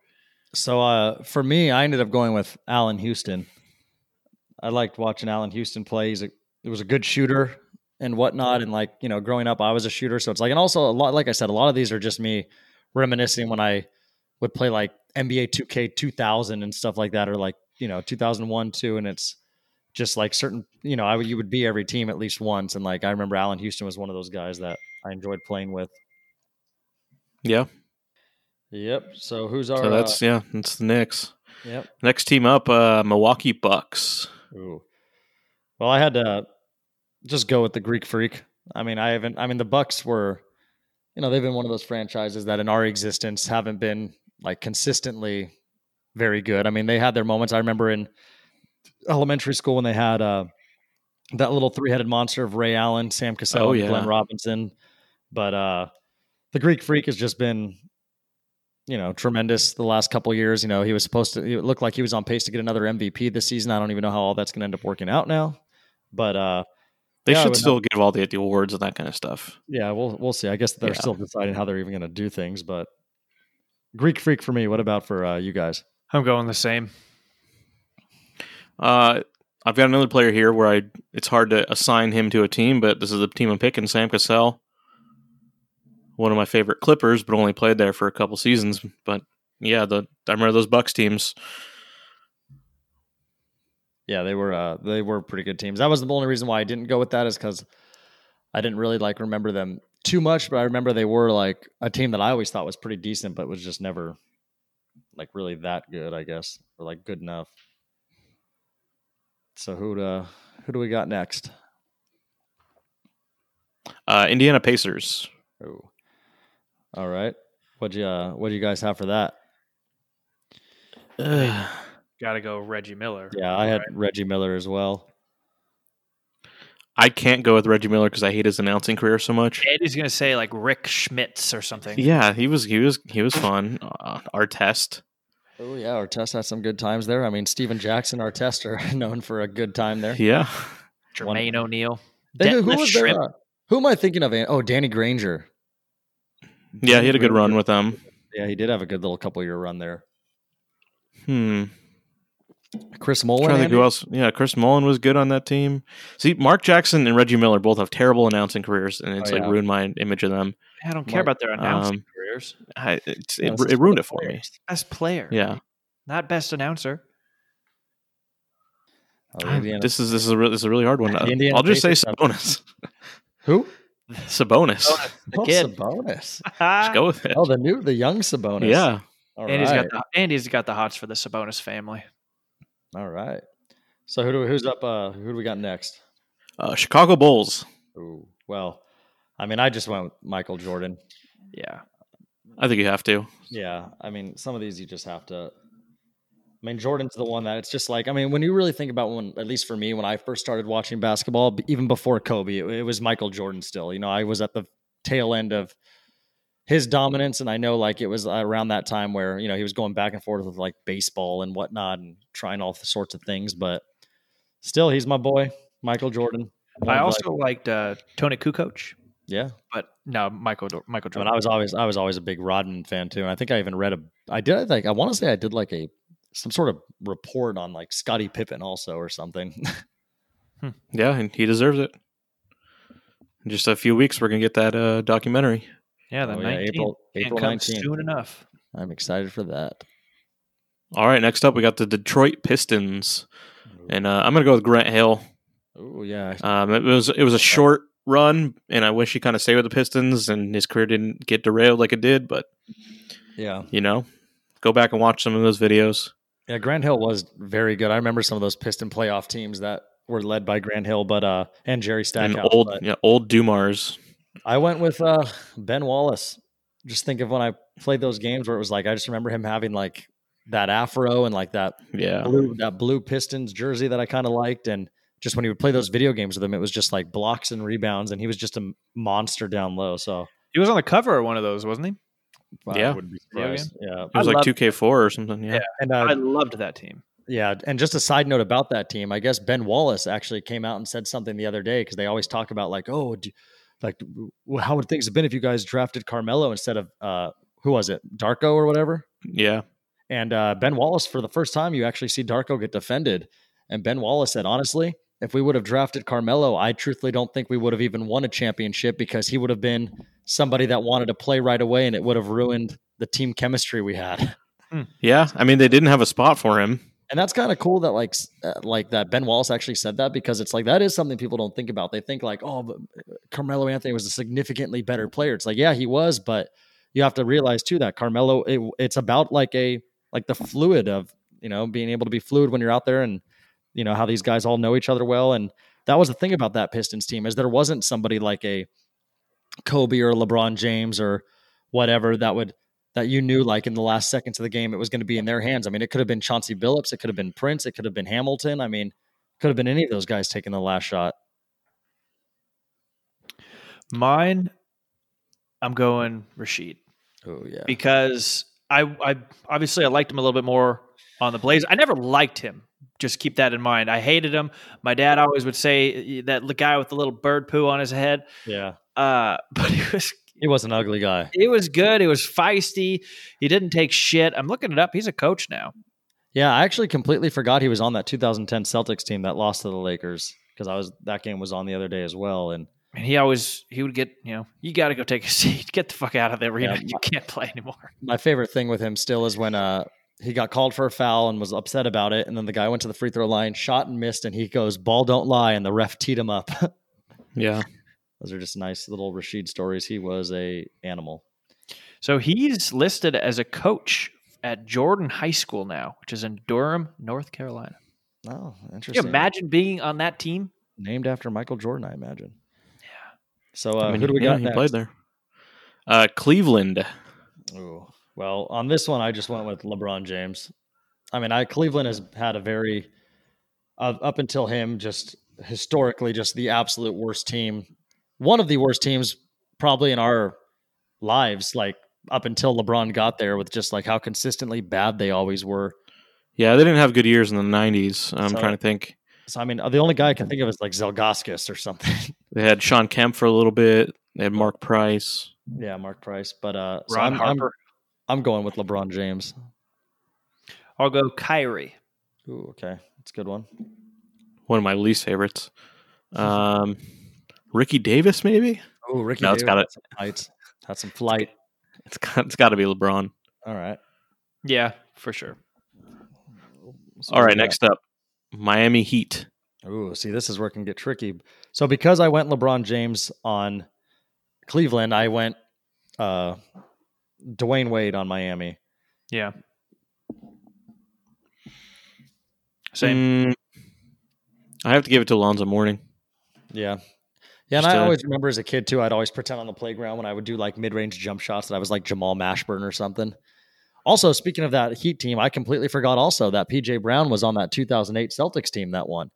[SPEAKER 3] So uh, for me, I ended up going with Allen Houston. I liked watching Allen Houston play. He's a, he was a good shooter and whatnot. And like you know, growing up, I was a shooter, so it's like, and also a lot. Like I said, a lot of these are just me reminiscing when I would play like NBA 2K 2000 and stuff like that, or like you know 2001 two, and it's just like certain you know I would you would be every team at least once, and like I remember Allen Houston was one of those guys that I enjoyed playing with.
[SPEAKER 4] Yeah.
[SPEAKER 3] Yep. So who's our?
[SPEAKER 4] So that's
[SPEAKER 2] uh,
[SPEAKER 4] yeah, that's the Knicks.
[SPEAKER 3] uh, yep.
[SPEAKER 4] Next team up, uh, Milwaukee Bucks.
[SPEAKER 3] Ooh. Well, I had to just go with the Greek freak. I mean, I haven't I mean the Bucks were you know, they've been one of those franchises that in our existence haven't been like consistently very good. I mean, they had their moments. I remember in elementary school when they had uh that little three-headed monster of Ray Allen, Sam Cassell,
[SPEAKER 4] Oh,
[SPEAKER 3] and
[SPEAKER 4] yeah.
[SPEAKER 3] Glenn Robinson. But uh the Greek freak has just been you know, tremendous the last couple years. You know, he was supposed to, it looked like he was on pace to get another MVP this season. I don't even know how all that's going to end up working out now. But uh,
[SPEAKER 4] They
[SPEAKER 3] Yeah, I
[SPEAKER 4] should
[SPEAKER 3] would
[SPEAKER 4] still give all the, the awards and that kind of stuff.
[SPEAKER 3] yeah, we'll we'll see. I guess they're
[SPEAKER 4] Yeah.
[SPEAKER 3] still deciding how they're even going to do things. But Greek freak for me. What about for uh, you guys?
[SPEAKER 2] I'm going the same.
[SPEAKER 4] Uh, I've got another player here where I it's hard to assign him to a team, but this is the team I'm picking. Sam Cassell, one of my favorite Clippers, but only played there for a couple seasons. But yeah, the I remember those Bucks teams.
[SPEAKER 3] yeah, they were uh, they were pretty good teams. That was the only reason why I didn't go with that is because I didn't really like remember them too much, but I remember they were like a team that I always thought was pretty decent, but was just never like really that good, I guess, or like good enough. So who uh who do we got next?
[SPEAKER 4] Uh, Indiana Pacers.
[SPEAKER 3] Oh, all right. What you uh, what do you guys have for that?
[SPEAKER 2] Got to go Reggie Miller.
[SPEAKER 3] Yeah, I had Reggie Miller as well.
[SPEAKER 4] I can't go with Reggie Miller because I hate his announcing career so much.
[SPEAKER 2] Eddie's gonna say like Rick Schmitz or something.
[SPEAKER 4] Yeah, he was he was he was fun. Uh, our test.
[SPEAKER 3] Oh yeah, Artest had some good times there. I mean, Steven Jackson, Artest are *laughs* known for a good time there.
[SPEAKER 4] Yeah. *laughs*
[SPEAKER 2] Jermaine O'Neal.
[SPEAKER 3] They do- who
[SPEAKER 2] Detlef
[SPEAKER 3] was their,
[SPEAKER 2] Schrempf.
[SPEAKER 3] uh, Who am I thinking of? Oh, Danny Granger.
[SPEAKER 4] Yeah, he had a good run with them.
[SPEAKER 3] Yeah, he did have a good little couple year run there.
[SPEAKER 4] Hmm.
[SPEAKER 3] Chris
[SPEAKER 4] I'm
[SPEAKER 3] Mullen.
[SPEAKER 4] trying to think who
[SPEAKER 3] Andy?
[SPEAKER 4] else. Yeah, Chris Mullen was good on that team. See, Mark Jackson and Reggie Miller both have terrible announcing careers, and it's
[SPEAKER 3] Oh,
[SPEAKER 4] like
[SPEAKER 3] yeah.
[SPEAKER 4] ruined my image of them.
[SPEAKER 2] I don't care
[SPEAKER 3] Mark-
[SPEAKER 2] about their announcing
[SPEAKER 4] um,
[SPEAKER 2] careers.
[SPEAKER 4] I, it's,
[SPEAKER 3] Yeah,
[SPEAKER 4] it,
[SPEAKER 3] this is
[SPEAKER 4] it ruined it for me.
[SPEAKER 3] players.
[SPEAKER 2] Best player.
[SPEAKER 4] Yeah,
[SPEAKER 2] Not best announcer.
[SPEAKER 3] Oh, Indiana-
[SPEAKER 4] this is this is a re- this is a really hard one. Uh,
[SPEAKER 3] The Indiana
[SPEAKER 4] I'll just say
[SPEAKER 3] Pacers have-
[SPEAKER 4] Sabonis.
[SPEAKER 3] who?
[SPEAKER 4] *laughs* Sabonis.
[SPEAKER 2] The
[SPEAKER 3] oh,
[SPEAKER 2] kid.
[SPEAKER 3] Sabonis.
[SPEAKER 4] Just go with it.
[SPEAKER 3] Oh, the new, the young Sabonis.
[SPEAKER 4] Yeah,
[SPEAKER 3] All
[SPEAKER 2] *laughs* Andy's
[SPEAKER 3] right.
[SPEAKER 2] got the Andy's got the hots for the Sabonis family.
[SPEAKER 3] All right. So who do who's up? Uh, who do we got next?
[SPEAKER 4] uh, Chicago Bulls.
[SPEAKER 3] Ooh, well, I mean, I just went with Michael Jordan.
[SPEAKER 2] Yeah.
[SPEAKER 4] I think you have to.
[SPEAKER 3] Yeah, I mean, some of these you just have to. I mean, Jordan's the one that it's just like, I mean, when you really think about when, at least for me, when I first started watching basketball, b- even before Kobe, it, it was Michael Jordan still. You know, I was at the tail end of his dominance. And I know like it was around that time where, you know, he was going back and forth with like baseball and whatnot and trying all sorts of things. But still, he's my boy, Michael Jordan.
[SPEAKER 2] I
[SPEAKER 3] One of, like-
[SPEAKER 2] also liked uh, Tony Kukoc,
[SPEAKER 3] yeah.
[SPEAKER 2] but no, Michael Dor- Michael
[SPEAKER 3] I mean,
[SPEAKER 2] Jordan.
[SPEAKER 3] I was always I was always a big Rodman fan too, and I think I even read a I did like I want to say I did like a some sort of report on like Scottie Pippen also or something.
[SPEAKER 4] Yeah, and he deserves it. In just a few weeks, we're gonna get that uh, documentary.
[SPEAKER 2] *laughs* yeah, the
[SPEAKER 3] Oh, yeah,
[SPEAKER 2] 19th.
[SPEAKER 3] April
[SPEAKER 2] Can't
[SPEAKER 3] April
[SPEAKER 2] come
[SPEAKER 3] nineteenth.
[SPEAKER 2] soon enough.
[SPEAKER 3] I'm excited for that.
[SPEAKER 4] All right, next up we got the Detroit Pistons, and uh, I'm gonna go with Grant Hill.
[SPEAKER 3] Oh yeah,
[SPEAKER 4] Um, it was it was a short run, and I wish he kind of stayed with the Pistons, and his career didn't get derailed like it did. But
[SPEAKER 3] yeah,
[SPEAKER 4] you know, go back and watch some of those videos.
[SPEAKER 3] yeah. Grand Hill was very good. I remember some of those Piston playoff teams that were led by Grand Hill, but uh, and Jerry
[SPEAKER 4] And
[SPEAKER 3] Stackhouse.
[SPEAKER 4] old
[SPEAKER 3] but
[SPEAKER 4] yeah, old Dumars.
[SPEAKER 3] I went with uh Ben Wallace. Just think of when I played those games where it was like I just remember him having like that afro and like that
[SPEAKER 4] Yeah,
[SPEAKER 3] blue that blue Pistons jersey that I kind of liked, and just when he would play those video games with him, it was just like blocks and rebounds, and he was just a m- monster down low. So
[SPEAKER 2] He was on the cover of one of those, wasn't he?
[SPEAKER 3] I
[SPEAKER 4] Yeah.
[SPEAKER 3] wouldn't be
[SPEAKER 2] Video game?
[SPEAKER 3] surprised. yeah,
[SPEAKER 4] it was
[SPEAKER 2] I
[SPEAKER 4] like
[SPEAKER 2] love-
[SPEAKER 4] 2K4 or something. Yeah,
[SPEAKER 3] and
[SPEAKER 2] I
[SPEAKER 3] uh,
[SPEAKER 2] loved that team.
[SPEAKER 3] yeah, and just a side note about that team, I guess Ben Wallace actually came out and said something the other day because they always talk about like, oh, do, like w- how would things have been if you guys drafted Carmelo instead of uh, who was it, Darko or whatever?
[SPEAKER 4] yeah.
[SPEAKER 3] And uh, Ben Wallace, for the first time, you actually see Darko get defended. And Ben Wallace said, honestly, if we would have drafted Carmelo, I truthfully don't think we would have even won a championship because he would have been somebody that wanted to play right away and it would have ruined the team chemistry we had. *laughs*
[SPEAKER 4] Yeah, I mean they didn't have a spot for him.
[SPEAKER 3] And that's kind of cool that like s- uh, like that Ben Wallace actually said that because it's like that is something people don't think about. They think like, oh, but Carmelo Anthony was a significantly better player. It's like, yeah, he was, but you have to realize too that Carmelo it, it's about like a like the fluid of you know being able to be fluid when you're out there and you know how these guys all know each other well and that was the thing about that Pistons team is there wasn't somebody like a Kobe or LeBron James or whatever that would that you knew like in the last seconds of the game it was going to be in their hands. I mean, it could have been Chauncey Billups, it could have been Prince, it could have been Hamilton. I mean, could have been any of those guys taking the last shot.
[SPEAKER 2] Mine, I'm going Rashid.
[SPEAKER 3] Oh yeah.
[SPEAKER 2] because I, I obviously I liked him a little bit more on the Blaze. I never liked him. Just keep that in mind. I hated him. My dad always would say that the guy with the little bird poo on his head.
[SPEAKER 3] Yeah.
[SPEAKER 2] Uh, *laughs* but he was
[SPEAKER 3] He was an ugly guy.
[SPEAKER 2] he was good. He was feisty. He didn't take shit. I'm looking it up. He's a coach now.
[SPEAKER 3] Yeah, I actually completely forgot he was on that 2010 Celtics team that lost to the Lakers because I was that game was on the other day as well and
[SPEAKER 2] And he always he would get you know you got to *laughs* go take a seat. Get the fuck out of the arena.
[SPEAKER 3] Yeah.
[SPEAKER 2] You can't play anymore.
[SPEAKER 3] my favorite thing with him still is when uh he got called for a foul and was upset about it. And then the guy went to the free throw line, shot and missed, and he goes, "Ball don't lie," and the ref teed him up. *laughs*
[SPEAKER 4] Yeah.
[SPEAKER 3] Those are just nice little Rashid stories. He was a animal.
[SPEAKER 2] So he's listed as a coach at Jordan High School now, which is in Durham, North Carolina.
[SPEAKER 3] Oh,
[SPEAKER 2] Can you
[SPEAKER 3] interesting.
[SPEAKER 2] imagine being on that team?
[SPEAKER 3] Named after Michael Jordan, I imagine.
[SPEAKER 2] Yeah.
[SPEAKER 3] So uh,
[SPEAKER 4] I mean,
[SPEAKER 3] who do we
[SPEAKER 4] yeah,
[SPEAKER 3] got
[SPEAKER 4] he
[SPEAKER 3] next?
[SPEAKER 4] played there. Uh, Cleveland.
[SPEAKER 3] Ooh. Well, on this one, I just went with LeBron James. I mean, I Cleveland has had a very uh, up until him, just historically, just the absolute worst team. One of the worst teams, probably in our lives. Like up until LeBron got there, with just like how consistently bad they always were.
[SPEAKER 4] Yeah, they didn't have good years in the '90s. I'm
[SPEAKER 3] So-
[SPEAKER 4] trying to think.
[SPEAKER 3] So I mean, uh, the only guy I can think of is like Zelgoskis or something. *laughs*
[SPEAKER 4] They had Sean Kemp for a little bit. They had Mark Price.
[SPEAKER 3] yeah, Mark Price. But uh, so
[SPEAKER 2] Ron
[SPEAKER 3] I'm, I'm
[SPEAKER 2] Harper.
[SPEAKER 3] I'm going with LeBron James.
[SPEAKER 2] i will go Kyrie.
[SPEAKER 3] Ooh, okay, that's a good one.
[SPEAKER 4] One of my least favorites. Um, Ricky Davis, maybe.
[SPEAKER 3] Ooh, Ricky.
[SPEAKER 4] No,
[SPEAKER 3] Davis
[SPEAKER 4] it's gotta-
[SPEAKER 3] had some flight. Had some flight.
[SPEAKER 4] It's got, it's got to be LeBron.
[SPEAKER 3] All right.
[SPEAKER 2] Yeah, for sure.
[SPEAKER 3] So
[SPEAKER 4] All
[SPEAKER 3] what
[SPEAKER 4] right,
[SPEAKER 3] do we
[SPEAKER 4] next up, Miami Heat.
[SPEAKER 3] got? Ooh, see, this is where it can get tricky. So because I went LeBron James on Cleveland, I went uh, Dwayne Wade on Miami.
[SPEAKER 2] Yeah. Same.
[SPEAKER 4] Mm, I have to give it to Alonzo Mourning.
[SPEAKER 3] Yeah. Yeah, and
[SPEAKER 4] Just,
[SPEAKER 3] I
[SPEAKER 4] uh,
[SPEAKER 3] always remember as a kid too. I'd always pretend on the playground when I would do like mid-range jump shots that I was like Jamal Mashburn or something. Also, speaking of that Heat team, I completely forgot also that PJ Brown was on that 2008 Celtics team that won.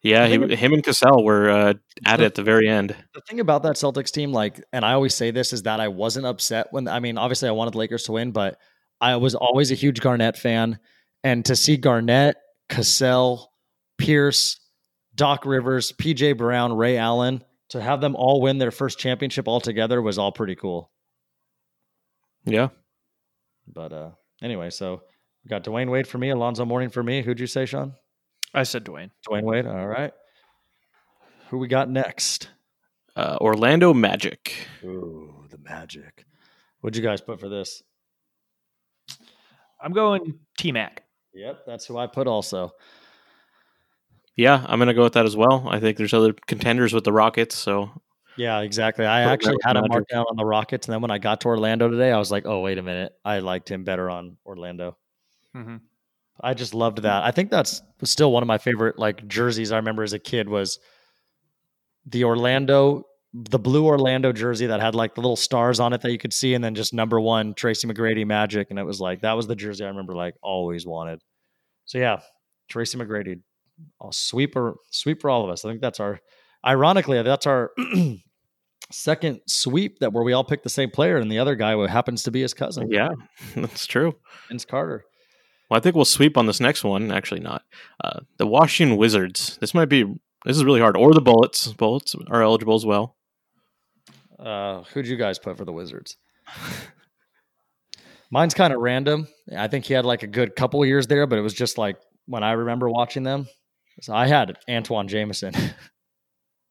[SPEAKER 4] Yeah,
[SPEAKER 3] I think
[SPEAKER 4] he, him and Cassell were uh, at it at the very end.
[SPEAKER 3] the thing about that Celtics team, like, and I always say this is that I wasn't upset when I mean, obviously I wanted the Lakers to win, but I was always a huge Garnett fan. And to see Garnett, Cassell, Pierce, Doc Rivers, PJ Brown, Ray Allen, to have them all win their first championship all together was all pretty cool.
[SPEAKER 4] Yeah,
[SPEAKER 3] But uh anyway, so we got Dwayne Wade for me, Alonzo Mourning for me. Who'd you say, Sean?
[SPEAKER 2] I said Dwayne.
[SPEAKER 3] Dwayne Wade. All right. Who we got next?
[SPEAKER 4] uh, Orlando Magic.
[SPEAKER 3] Ooh, the magic. What'd you guys put for this?
[SPEAKER 2] I'm going T Mac.
[SPEAKER 3] Yep, that's who I put also.
[SPEAKER 4] Yeah, I'm gonna go with that as well. I think there's other contenders with the Rockets, so
[SPEAKER 3] Yeah, exactly. I
[SPEAKER 4] Put him
[SPEAKER 3] actually
[SPEAKER 4] with
[SPEAKER 3] had a
[SPEAKER 4] Magic.
[SPEAKER 3] markdown on the Rockets, and then when I got to Orlando today, I was like, "Oh, wait a minute, I liked him better on Orlando."
[SPEAKER 2] Mm-hmm.
[SPEAKER 3] I just loved that. I think that's still one of my favorite like jerseys I remember as a kid was the Orlando, the blue Orlando jersey that had like the little stars on it that you could see, and then just number one Tracy McGrady Magic, and it was like that was the jersey I remember like always wanted. So yeah, Tracy McGrady, a sweeper, sweep for all of us. I think that's our, ironically, that's our *clears throat* second sweep that where we all picked the same player, and the other guy who happens to be his cousin,
[SPEAKER 4] yeah, *laughs* that's true.
[SPEAKER 3] Vince Carter.
[SPEAKER 4] Well, I think we'll sweep on this next one. Actually, not uh, the Washington Wizards. This might be this is really hard. Or the Bullets. Bullets are eligible as well.
[SPEAKER 3] Uh, who'd you guys put for the Wizards? Mine's kind of random. I think he had like a good couple years there, but it was just like when I remember watching them. So I had Antoine Jameson. *laughs*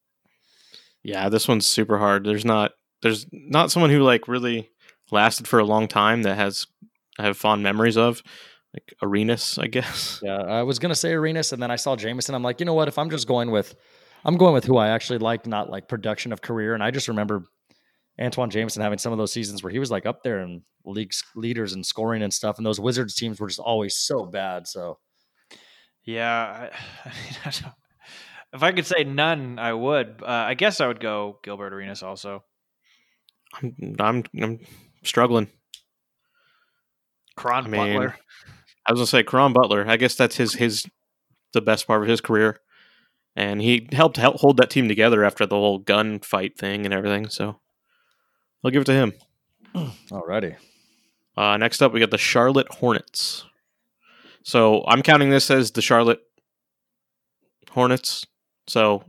[SPEAKER 4] Yeah, this one's super hard. There's not there's not someone who like really lasted for a long time that has I have fond memories of like Arenas, I guess. *laughs*
[SPEAKER 3] yeah, I was gonna say Arenas, and then I saw Jameson. I'm like, you know what? If I'm just going with, I'm going with who I actually liked, not like production of career. And I just remember Antoine Jameson having some of those seasons where he was like up there in leagues leaders and scoring and stuff. And those Wizards teams were just always so bad. So
[SPEAKER 2] Yeah. I, *laughs* I mean, I don't, if I could say none, I would. Uh, I guess I would go Gilbert Arenas also.
[SPEAKER 4] I'm I'm, I'm struggling.
[SPEAKER 2] Cron
[SPEAKER 4] I mean,
[SPEAKER 2] Butler.
[SPEAKER 4] I was gonna say Karan Butler. I guess that's his his the best part of his career, and he helped help hold that team together after the whole gun fight thing and everything. So I'll give it to him.
[SPEAKER 3] alrighty.
[SPEAKER 4] Uh, next up, we got the Charlotte Hornets. So I'm counting this as the Charlotte Hornets. So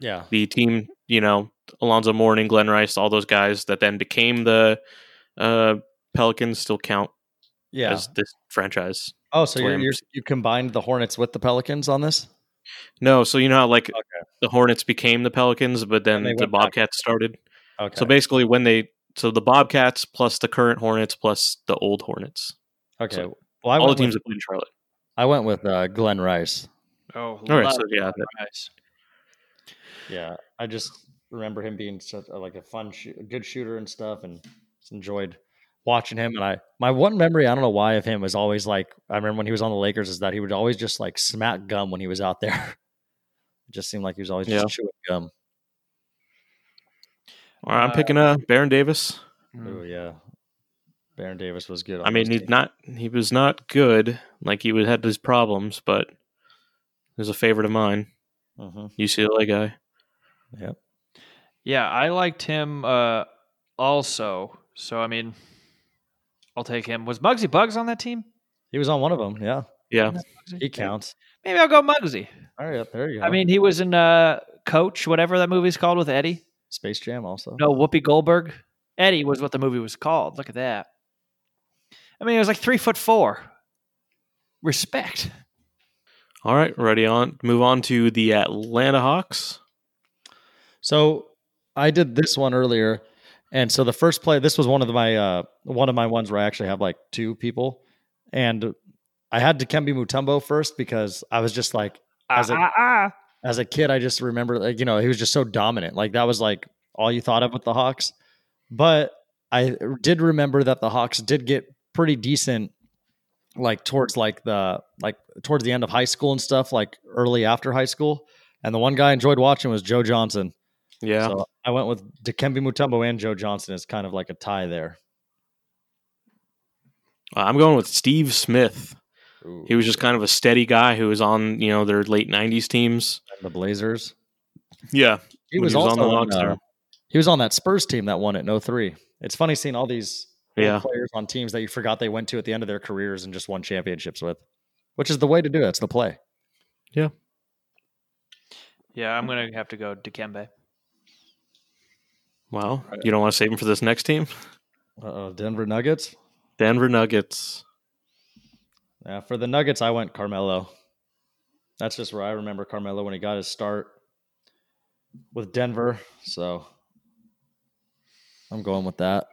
[SPEAKER 3] Yeah.
[SPEAKER 4] the team, you know, Alonzo Mourning, Glenn Rice, all those guys that then became the uh, Pelicans still count
[SPEAKER 3] Yeah.
[SPEAKER 4] as this franchise.
[SPEAKER 3] Oh, so you're, you're,
[SPEAKER 4] Flames.
[SPEAKER 3] you combined the Hornets with the Pelicans on this?
[SPEAKER 4] No, so you know how like
[SPEAKER 3] Okay.
[SPEAKER 4] the Hornets became the Pelicans, but then
[SPEAKER 3] And they
[SPEAKER 4] the
[SPEAKER 3] went back.
[SPEAKER 4] Bobcats started.
[SPEAKER 3] Okay.
[SPEAKER 4] So basically, when they so the Bobcats plus the current Hornets plus the old Hornets.
[SPEAKER 3] okay.
[SPEAKER 4] so-
[SPEAKER 3] Well, I
[SPEAKER 4] All the
[SPEAKER 3] went
[SPEAKER 4] teams
[SPEAKER 3] With,
[SPEAKER 4] that played in Charlotte.
[SPEAKER 3] I went with uh, Glenn Rice.
[SPEAKER 2] Oh,
[SPEAKER 4] All right,
[SPEAKER 2] love
[SPEAKER 4] so yeah, that-
[SPEAKER 2] Rice.
[SPEAKER 3] Yeah, I just remember him being such a, like a fun, shoo- a good shooter and stuff, and just enjoyed watching him. And I, my one memory, I don't know why, of him was always like I remember when he was on the Lakers is that he would always just like smack gum when he was out there. *laughs* it just seemed like he was always
[SPEAKER 4] Yeah.
[SPEAKER 3] just chewing gum.
[SPEAKER 4] All right, I'm
[SPEAKER 2] Uh,
[SPEAKER 4] picking uh Baron Davis.
[SPEAKER 3] Oh yeah, Baron Davis was good. on
[SPEAKER 4] I mean,
[SPEAKER 3] those
[SPEAKER 4] he's
[SPEAKER 3] teams.
[SPEAKER 4] not he was not good. Like he was had his problems, but he was a favorite of mine.
[SPEAKER 3] Mhm.
[SPEAKER 4] UCLA guy.
[SPEAKER 2] Yeah, I liked him uh, also. So I mean, I'll take him. Was Muggsy Bugs on that team?
[SPEAKER 3] He was on one of them. Yeah,
[SPEAKER 4] Yeah,
[SPEAKER 2] Muggsy?
[SPEAKER 3] he counts.
[SPEAKER 2] Maybe I'll go Muggsy.
[SPEAKER 3] All right, there you go.
[SPEAKER 2] I mean, he was in uh, Coach, whatever that movie's called with Eddie.
[SPEAKER 3] Space Jam also.
[SPEAKER 2] No, Whoopi Goldberg. Eddie was what the movie was called. Look at that. I mean, he was like three foot four. Respect.
[SPEAKER 4] All right, ready on. Move on to the Atlanta Hawks.
[SPEAKER 3] So I did this one earlier, and so the first play. This was one of my uh, one of my ones where I actually have like two people, and I had Dikembe Mutombo first because I was just like As
[SPEAKER 2] Ah,
[SPEAKER 3] a-
[SPEAKER 2] ah, ah.
[SPEAKER 3] as a kid I just remember like you know he was just so dominant like that was like all you thought of with the Hawks, but I did remember that the Hawks did get pretty decent like towards like the like towards the end of high school and stuff like early after high school and the one guy I enjoyed watching was Joe Johnson
[SPEAKER 4] Yeah,
[SPEAKER 3] so I went with Dikembe Mutombo and Joe Johnson as kind of like a tie there.
[SPEAKER 4] Uh, I'm going with Steve Smith. He was just kind of a steady guy who was on you know their late '90s teams.
[SPEAKER 3] And the Blazers.
[SPEAKER 4] Yeah,
[SPEAKER 3] He
[SPEAKER 4] When
[SPEAKER 3] was,
[SPEAKER 4] he was on
[SPEAKER 3] also
[SPEAKER 4] the
[SPEAKER 3] on
[SPEAKER 4] Hawks
[SPEAKER 3] uh,
[SPEAKER 4] there.
[SPEAKER 3] he was on that Spurs team that won it in 03. It's funny seeing all these old
[SPEAKER 4] yeah.
[SPEAKER 3] players on teams that you forgot they went to at the end of their careers and just won championships with, which is the way to do it. It's the play.
[SPEAKER 2] Yeah, I'm gonna have to go Dikembe.
[SPEAKER 4] Wow, you don't want to save him for this next team,
[SPEAKER 3] Uh, Denver Nuggets.
[SPEAKER 4] Denver Nuggets.
[SPEAKER 3] Yeah, for the Nuggets, I went Carmelo. That's just where I remember Carmelo when he got his start with Denver. So I'm going with that.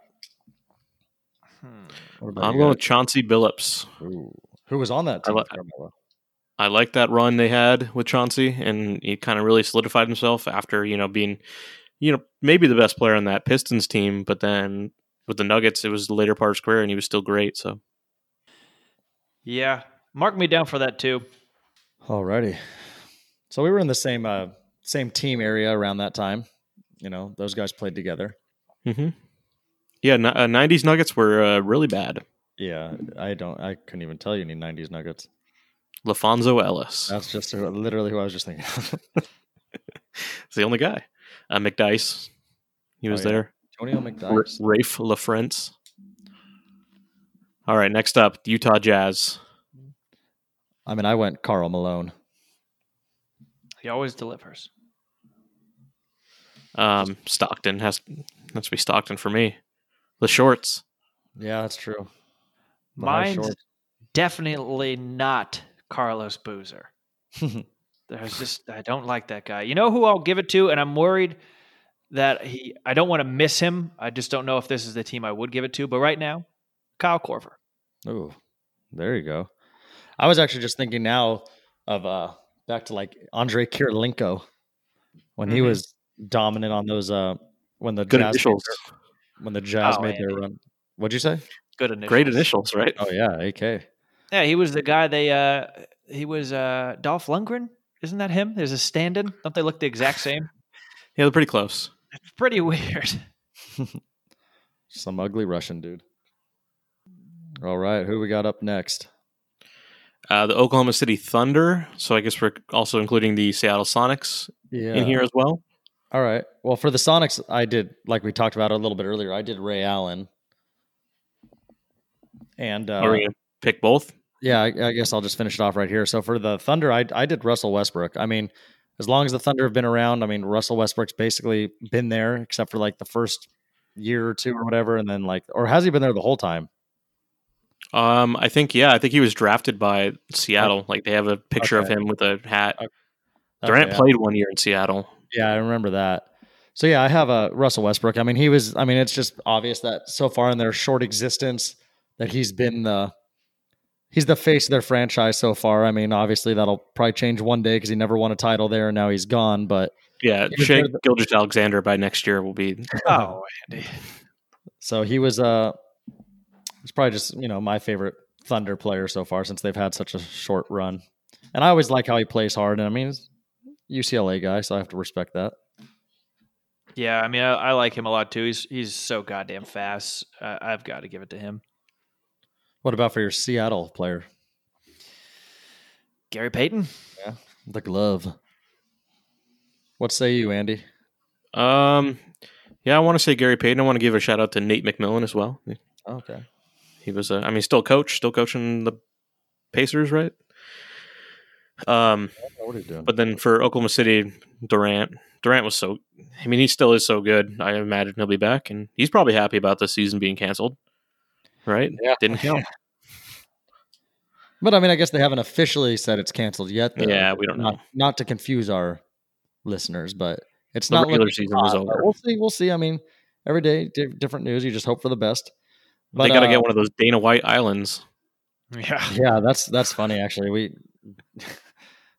[SPEAKER 2] Hmm.
[SPEAKER 3] What about
[SPEAKER 4] I'm
[SPEAKER 3] you
[SPEAKER 4] going
[SPEAKER 3] guys?
[SPEAKER 4] with Chauncey Billups.
[SPEAKER 3] Ooh. Who was on that
[SPEAKER 4] I
[SPEAKER 3] team?
[SPEAKER 4] li-
[SPEAKER 3] with Carmelo?
[SPEAKER 4] I like that run they had with Chauncey, and he kind of really solidified himself after you know being, you know, maybe the best player on that Pistons team. But then with the Nuggets, it was the later part of his career, and he was still great. So
[SPEAKER 2] Yeah, mark me down for that too.
[SPEAKER 3] Alrighty. So we were in the same uh, same team area around that time. You know, those guys played together.
[SPEAKER 4] hmm Yeah, n- uh, '90s Nuggets were uh, really bad.
[SPEAKER 3] Yeah, I don't. I couldn't even tell you any '90s Nuggets.
[SPEAKER 4] Lafonso Ellis,
[SPEAKER 3] That's just who, literally who I was just thinking. of. *laughs*
[SPEAKER 4] it's the only guy. Uh, McDice, he
[SPEAKER 3] Oh,
[SPEAKER 4] was
[SPEAKER 3] yeah.
[SPEAKER 4] there.
[SPEAKER 3] Antonio
[SPEAKER 4] R-
[SPEAKER 3] McDyess.
[SPEAKER 4] Rafe LaFrance. All right, next up, Utah Jazz.
[SPEAKER 3] I mean, I went Carl Malone.
[SPEAKER 2] He always delivers.
[SPEAKER 4] Um, Stockton has has to be Stockton for me. The shorts.
[SPEAKER 3] Yeah, that's true. The high
[SPEAKER 2] Mine's
[SPEAKER 3] shorts.
[SPEAKER 2] definitely not Carlos *laughs* Boozer. There's just I don't like that guy. You know who I'll give it to, and I'm worried that he. I don't want to miss him. I just don't know if this is the team I would give it to. But right now, Kyle Corver.
[SPEAKER 3] Ooh, there you go. I was actually just thinking now of uh back to like Andre Kirilenko when he
[SPEAKER 2] Mhm.
[SPEAKER 3] was dominant on those uh when the
[SPEAKER 4] Mm-hmm. Good
[SPEAKER 3] Jazz made
[SPEAKER 4] initials.
[SPEAKER 3] their- when the Jazz
[SPEAKER 2] Oh,
[SPEAKER 3] made their
[SPEAKER 2] Andy.
[SPEAKER 3] run. What'd you say?
[SPEAKER 2] Good initials.
[SPEAKER 4] Great initials, right?
[SPEAKER 3] Oh yeah, AK.
[SPEAKER 2] Yeah, he was the guy they. uh He was uh Dolph Lundgren. Isn't that him? There's a stand-in. Don't they look the *laughs* exact same?
[SPEAKER 4] Yeah, they're pretty close.
[SPEAKER 2] It's pretty weird.
[SPEAKER 3] Some ugly Russian dude. All right, who we got up next?
[SPEAKER 4] Uh, the Oklahoma City Thunder. So I guess we're also including the Seattle Sonics
[SPEAKER 3] Yeah.
[SPEAKER 4] in here as well.
[SPEAKER 3] All right. Well, for the Sonics, I did like we talked about a little bit earlier. I did Ray Allen, and uh,
[SPEAKER 4] Are we gonna pick both?
[SPEAKER 3] yeah, I, I guess I'll just finish it off right here. So for the Thunder, I I did Russell Westbrook. I mean, as long as the Thunder have been around, I mean Russell Westbrook's basically been there except for like the first year or two or whatever, and then like or has he been there the whole time?
[SPEAKER 4] Um, I think yeah, I think he was drafted by Seattle. Like they have a picture
[SPEAKER 3] Okay.
[SPEAKER 4] of him with a hat.
[SPEAKER 3] Okay.
[SPEAKER 4] Durant
[SPEAKER 3] Okay,
[SPEAKER 4] played one year in Seattle.
[SPEAKER 3] Yeah, I remember that. So yeah, I have a Russell Westbrook. I mean, he was. I mean, it's just obvious that so far in their short existence, that he's been the he's the face of their franchise so far. I mean, obviously that'll probably change one day because he never won a title there, and now he's gone. But
[SPEAKER 4] Yeah,
[SPEAKER 3] Even
[SPEAKER 4] Shea
[SPEAKER 3] though the-
[SPEAKER 4] Gilders Alexander by next year will *laughs* be
[SPEAKER 2] Oh, Andy.
[SPEAKER 3] so he was uh, it's probably just you know my favorite Thunder player so far since they've had such a short run, and I always like how he plays hard. And I mean, he's a UCLA guy, so I have to respect that.
[SPEAKER 2] Yeah, I mean, I, I like him a lot too. He's he's so goddamn fast. Uh, I've got to give it to him.
[SPEAKER 3] What about for your Seattle player,
[SPEAKER 2] Gary Payton. *laughs*
[SPEAKER 3] the glove? What say you, Andy?
[SPEAKER 4] Um, yeah, I want to say Gary Payton. I want to give a shout out to Nate McMillan as well.
[SPEAKER 3] Okay.
[SPEAKER 4] He was, uh, I mean, still coach, still coaching the Pacers, right? Um,
[SPEAKER 3] What are you doing?
[SPEAKER 4] but then for Oklahoma City, Durant, Durant was so. I mean, he still is so good. I imagine he'll be back, and he's probably happy about the season being canceled, right?
[SPEAKER 3] Yeah. *laughs*
[SPEAKER 4] Didn't count.
[SPEAKER 3] But I mean, I guess they haven't officially said it's canceled yet. though.
[SPEAKER 4] Yeah, we don't
[SPEAKER 3] Not,
[SPEAKER 4] know.
[SPEAKER 3] not to confuse our listeners, but it's
[SPEAKER 4] The
[SPEAKER 3] not
[SPEAKER 4] regular
[SPEAKER 3] looking
[SPEAKER 4] season was
[SPEAKER 3] hot,
[SPEAKER 4] over.
[SPEAKER 3] but We'll see. We'll see. I mean, every day di- different news. You just hope for the best.
[SPEAKER 4] they got to
[SPEAKER 3] uh,
[SPEAKER 4] get one of those Dana White islands.
[SPEAKER 2] Yeah.
[SPEAKER 3] Yeah, that's that's funny. Actually, we we'll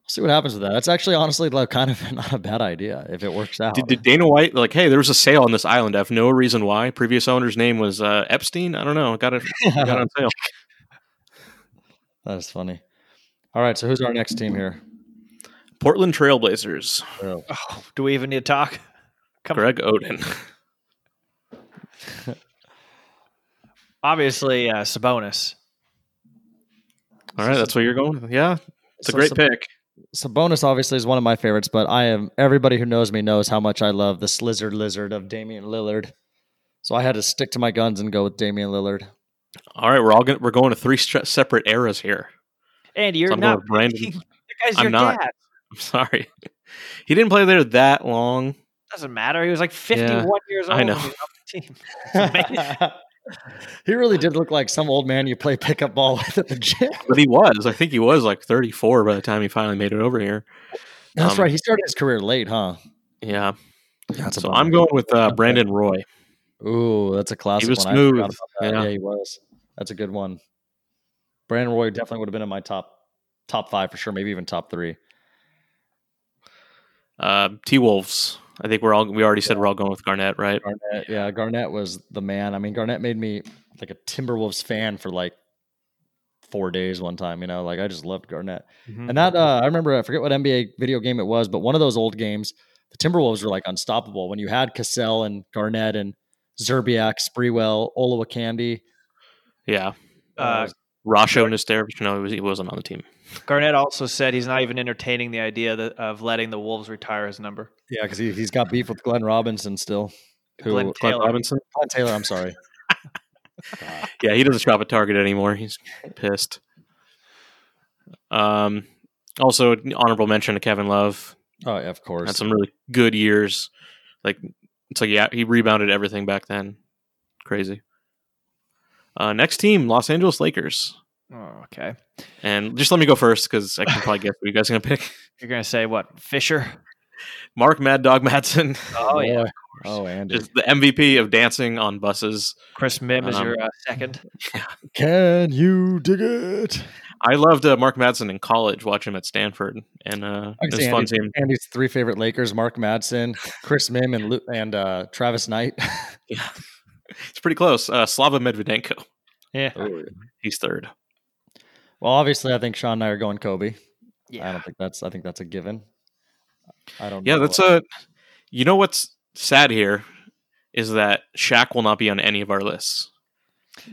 [SPEAKER 3] see what happens with that. That's actually honestly like kind of *laughs* not a bad idea if it works out.
[SPEAKER 4] Did, did Dana White like? Hey, there was a sale on this island. I have no reason why. Previous owner's name was uh, Epstein. I don't know. Got it.
[SPEAKER 3] *laughs*
[SPEAKER 4] Got it on sale.
[SPEAKER 3] that is funny. All right, so who's our next team here?
[SPEAKER 4] Portland Trailblazers.
[SPEAKER 3] Uh,
[SPEAKER 2] Oh, do we even need to talk? Come on.
[SPEAKER 4] Greg Oden.
[SPEAKER 2] Obviously, uh, Sabonis.
[SPEAKER 4] All right, that's where you're going. with? Yeah, it's a
[SPEAKER 3] So
[SPEAKER 4] great
[SPEAKER 3] Sab-
[SPEAKER 4] pick.
[SPEAKER 3] Sabonis obviously is one of my favorites, but I am everybody who knows me knows how much I love the lizard lizard of Damian Lillard. So I had to stick to my guns and go with Damian *laughs* Lillard.
[SPEAKER 4] All right, we're all gonna, we're going to three stre- separate eras here.
[SPEAKER 2] Andy, you're
[SPEAKER 4] So I'm going *laughs*
[SPEAKER 2] not. *laughs*
[SPEAKER 4] with Brandon.
[SPEAKER 2] picking- That guy's
[SPEAKER 4] I'm
[SPEAKER 2] your
[SPEAKER 4] not.
[SPEAKER 2] dad.
[SPEAKER 4] I'm *laughs* sorry, he didn't play there that long.
[SPEAKER 2] Doesn't matter. He was like 51 years old.
[SPEAKER 4] I know.
[SPEAKER 2] when he was on the
[SPEAKER 4] *laughs*
[SPEAKER 2] team.
[SPEAKER 3] he really did look like some old man you play pickup ball with at the gym.
[SPEAKER 4] But he was, I think he was like 34 by the time he finally made it over here.
[SPEAKER 3] That's
[SPEAKER 4] Um,
[SPEAKER 3] right. He started his career late, huh?
[SPEAKER 4] Yeah,
[SPEAKER 3] That's
[SPEAKER 4] so I'm going with uh, Brandon Roy.
[SPEAKER 3] Ooh, that's a classic.
[SPEAKER 4] was
[SPEAKER 3] one. I forgot
[SPEAKER 4] smooth.
[SPEAKER 3] about that.
[SPEAKER 4] Yeah.
[SPEAKER 3] Yeah. he was. That's a good one. Brandon Roy definitely would have been in my top top five for sure, maybe even top three.
[SPEAKER 4] Uh, T Wolves. I think we're all we already said we're all going with Garnett, right?
[SPEAKER 3] Garnett, yeah, Garnett was the man. I mean, Garnett made me like a Timberwolves fan for like four days one time. You know, like I just loved Garnett.
[SPEAKER 2] Mm-hmm.
[SPEAKER 3] And that uh, I remember, I forget what NBA video game it was, but one of those old games, the Timberwolves were like unstoppable when you had Cassell and Garnett and Zerbiak, Spreewell, Olawa Candy.
[SPEAKER 4] Yeah,
[SPEAKER 2] Uh,
[SPEAKER 4] Rasho Nestervich. No, he, was, he wasn't on the team.
[SPEAKER 2] Garnett also said he's not even entertaining the idea that, of letting the Wolves retire his number.
[SPEAKER 3] yeah, because he, he's got beef with Glenn Robinson still. Who,
[SPEAKER 2] Glenn
[SPEAKER 4] Clint
[SPEAKER 2] Taylor.
[SPEAKER 4] Robinson.
[SPEAKER 3] Glenn Taylor, I'm sorry. God.
[SPEAKER 4] Yeah, he doesn't shop at Target anymore. He's pissed. Um, also honorable mention to Kevin Love.
[SPEAKER 3] Oh, yeah, of course.
[SPEAKER 4] Had some really good years. Like it's like yeah, he rebounded everything back then. Crazy. Uh, next team, Los Angeles Lakers.
[SPEAKER 2] Oh, okay.
[SPEAKER 4] And just let me go first because I
[SPEAKER 3] *laughs*
[SPEAKER 4] can probably guess what you guys are gonna pick.
[SPEAKER 2] You're going to say what? Fisher?
[SPEAKER 4] Mark Mad Dog
[SPEAKER 3] *laughs*
[SPEAKER 4] Madsen,
[SPEAKER 2] Oh, yeah.
[SPEAKER 3] Boy. Oh, Andy.
[SPEAKER 4] just the MVP of dancing on buses.
[SPEAKER 2] Chris Mim is
[SPEAKER 4] Um,
[SPEAKER 2] your uh, second.
[SPEAKER 3] Can you dig it?
[SPEAKER 4] I loved uh, Mark Madsen in college. Watching him at Stanford, and uh,
[SPEAKER 3] I can
[SPEAKER 4] it was
[SPEAKER 3] see
[SPEAKER 4] a fun
[SPEAKER 3] Andy's,
[SPEAKER 4] team.
[SPEAKER 3] Andy's three favorite Lakers: Mark Madsen, Chris Mim, and Lu- and uh, Travis Knight. *laughs*
[SPEAKER 4] It's pretty close. Uh, Slava Medvedenko.
[SPEAKER 2] Yeah.
[SPEAKER 4] He's third.
[SPEAKER 3] well, obviously, I think Sean and I are going Kobe. I
[SPEAKER 2] Yeah.
[SPEAKER 3] don't think that's. I think that's a given. I don't.
[SPEAKER 4] Yeah,
[SPEAKER 3] know
[SPEAKER 4] that's
[SPEAKER 3] what-
[SPEAKER 4] a. You know what's sad here is that Shaq will not be on any of our lists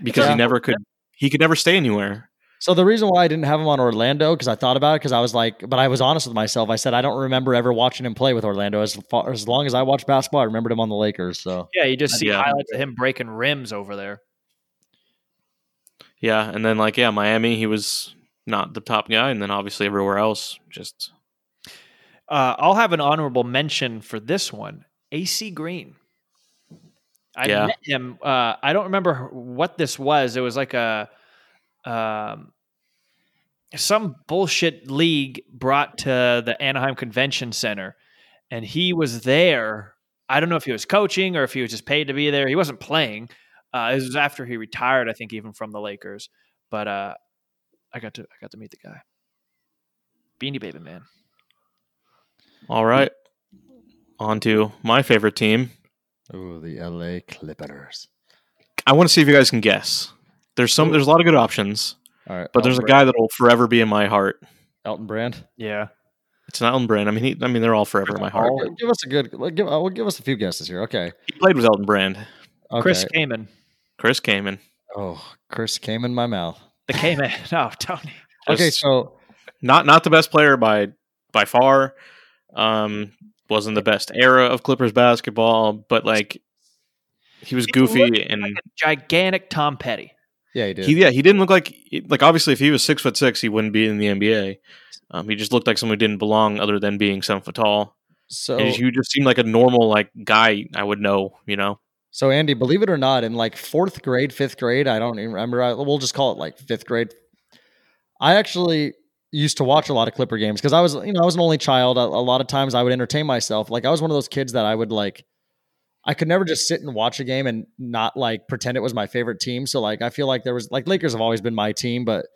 [SPEAKER 4] because
[SPEAKER 3] Yeah.
[SPEAKER 4] he never could. He could never stay anywhere.
[SPEAKER 3] So the reason why I didn't have him on Orlando because I thought about it because I was like, but I was honest with myself. I said I don't remember ever watching him play with Orlando. As far as long as I watched basketball, I remembered him on the Lakers. So
[SPEAKER 2] Yeah, you just see
[SPEAKER 4] Yeah.
[SPEAKER 2] highlights of him breaking rims over there.
[SPEAKER 4] Yeah, and then like yeah, Miami. He was not the top guy, and then obviously everywhere else, just
[SPEAKER 2] Uh, I'll have an honorable mention for this one. AC Green. I
[SPEAKER 4] Yeah.
[SPEAKER 2] met him. Uh, I don't remember what this was. It was like a um, some bullshit league brought to the Anaheim Convention Center, and he was there. I don't know if he was coaching or if he was just paid to be there. He wasn't playing. Uh, this was after he retired, I think, even from the Lakers. But uh, I got to I got to meet the guy. Beanie Baby man.
[SPEAKER 4] All right. On to my favorite team.
[SPEAKER 3] Ooh, the LA Clippers.
[SPEAKER 4] I want to see if you guys can guess. There's some there's a lot of good options,
[SPEAKER 3] All right.
[SPEAKER 4] but there's a
[SPEAKER 3] Elton Brand-
[SPEAKER 4] guy that will forever be in my heart.
[SPEAKER 3] Elton Brand.
[SPEAKER 2] Yeah.
[SPEAKER 4] It's not Elton Brand. I mean, he, I mean, they're all forever in my heart.
[SPEAKER 3] Oh, give us a good. like, Give, well, give us a few guesses here. Okay.
[SPEAKER 4] He played with Elton Brand.
[SPEAKER 3] okay.
[SPEAKER 2] Chris Kamen.
[SPEAKER 4] Chris Kamen.
[SPEAKER 3] Oh, Chris came in my mouth. *laughs*
[SPEAKER 2] The Kamen. *laughs* No, Tony.
[SPEAKER 3] okay,
[SPEAKER 4] Just
[SPEAKER 3] so
[SPEAKER 4] not not the best player by by far. Um, wasn't the best era of Clippers basketball, but like he was
[SPEAKER 2] He
[SPEAKER 4] goofy
[SPEAKER 2] looked
[SPEAKER 3] Hmm.
[SPEAKER 4] and
[SPEAKER 2] Like a gigantic Tom Petty.
[SPEAKER 3] yeah, he did.
[SPEAKER 4] he yeah he didn't look like like obviously if he was six foot six he wouldn't be in the NBA. Um, he just looked like someone who didn't belong other than being seven foot tall.
[SPEAKER 3] so
[SPEAKER 4] And he just seemed like a normal like guy I would know, you know.
[SPEAKER 3] So Andy, believe it or not, in like fourth grade, fifth grade, I don't even remember. I, we'll just call it like fifth grade. I actually used to watch a lot of Clipper games because I was, you know, I was an only child. A, a lot of times I would entertain myself. Like I was one of those kids that I would like. I could never just sit and watch a game and not like pretend it was my favorite team. So like I feel like there was like Lakers have always been my team, but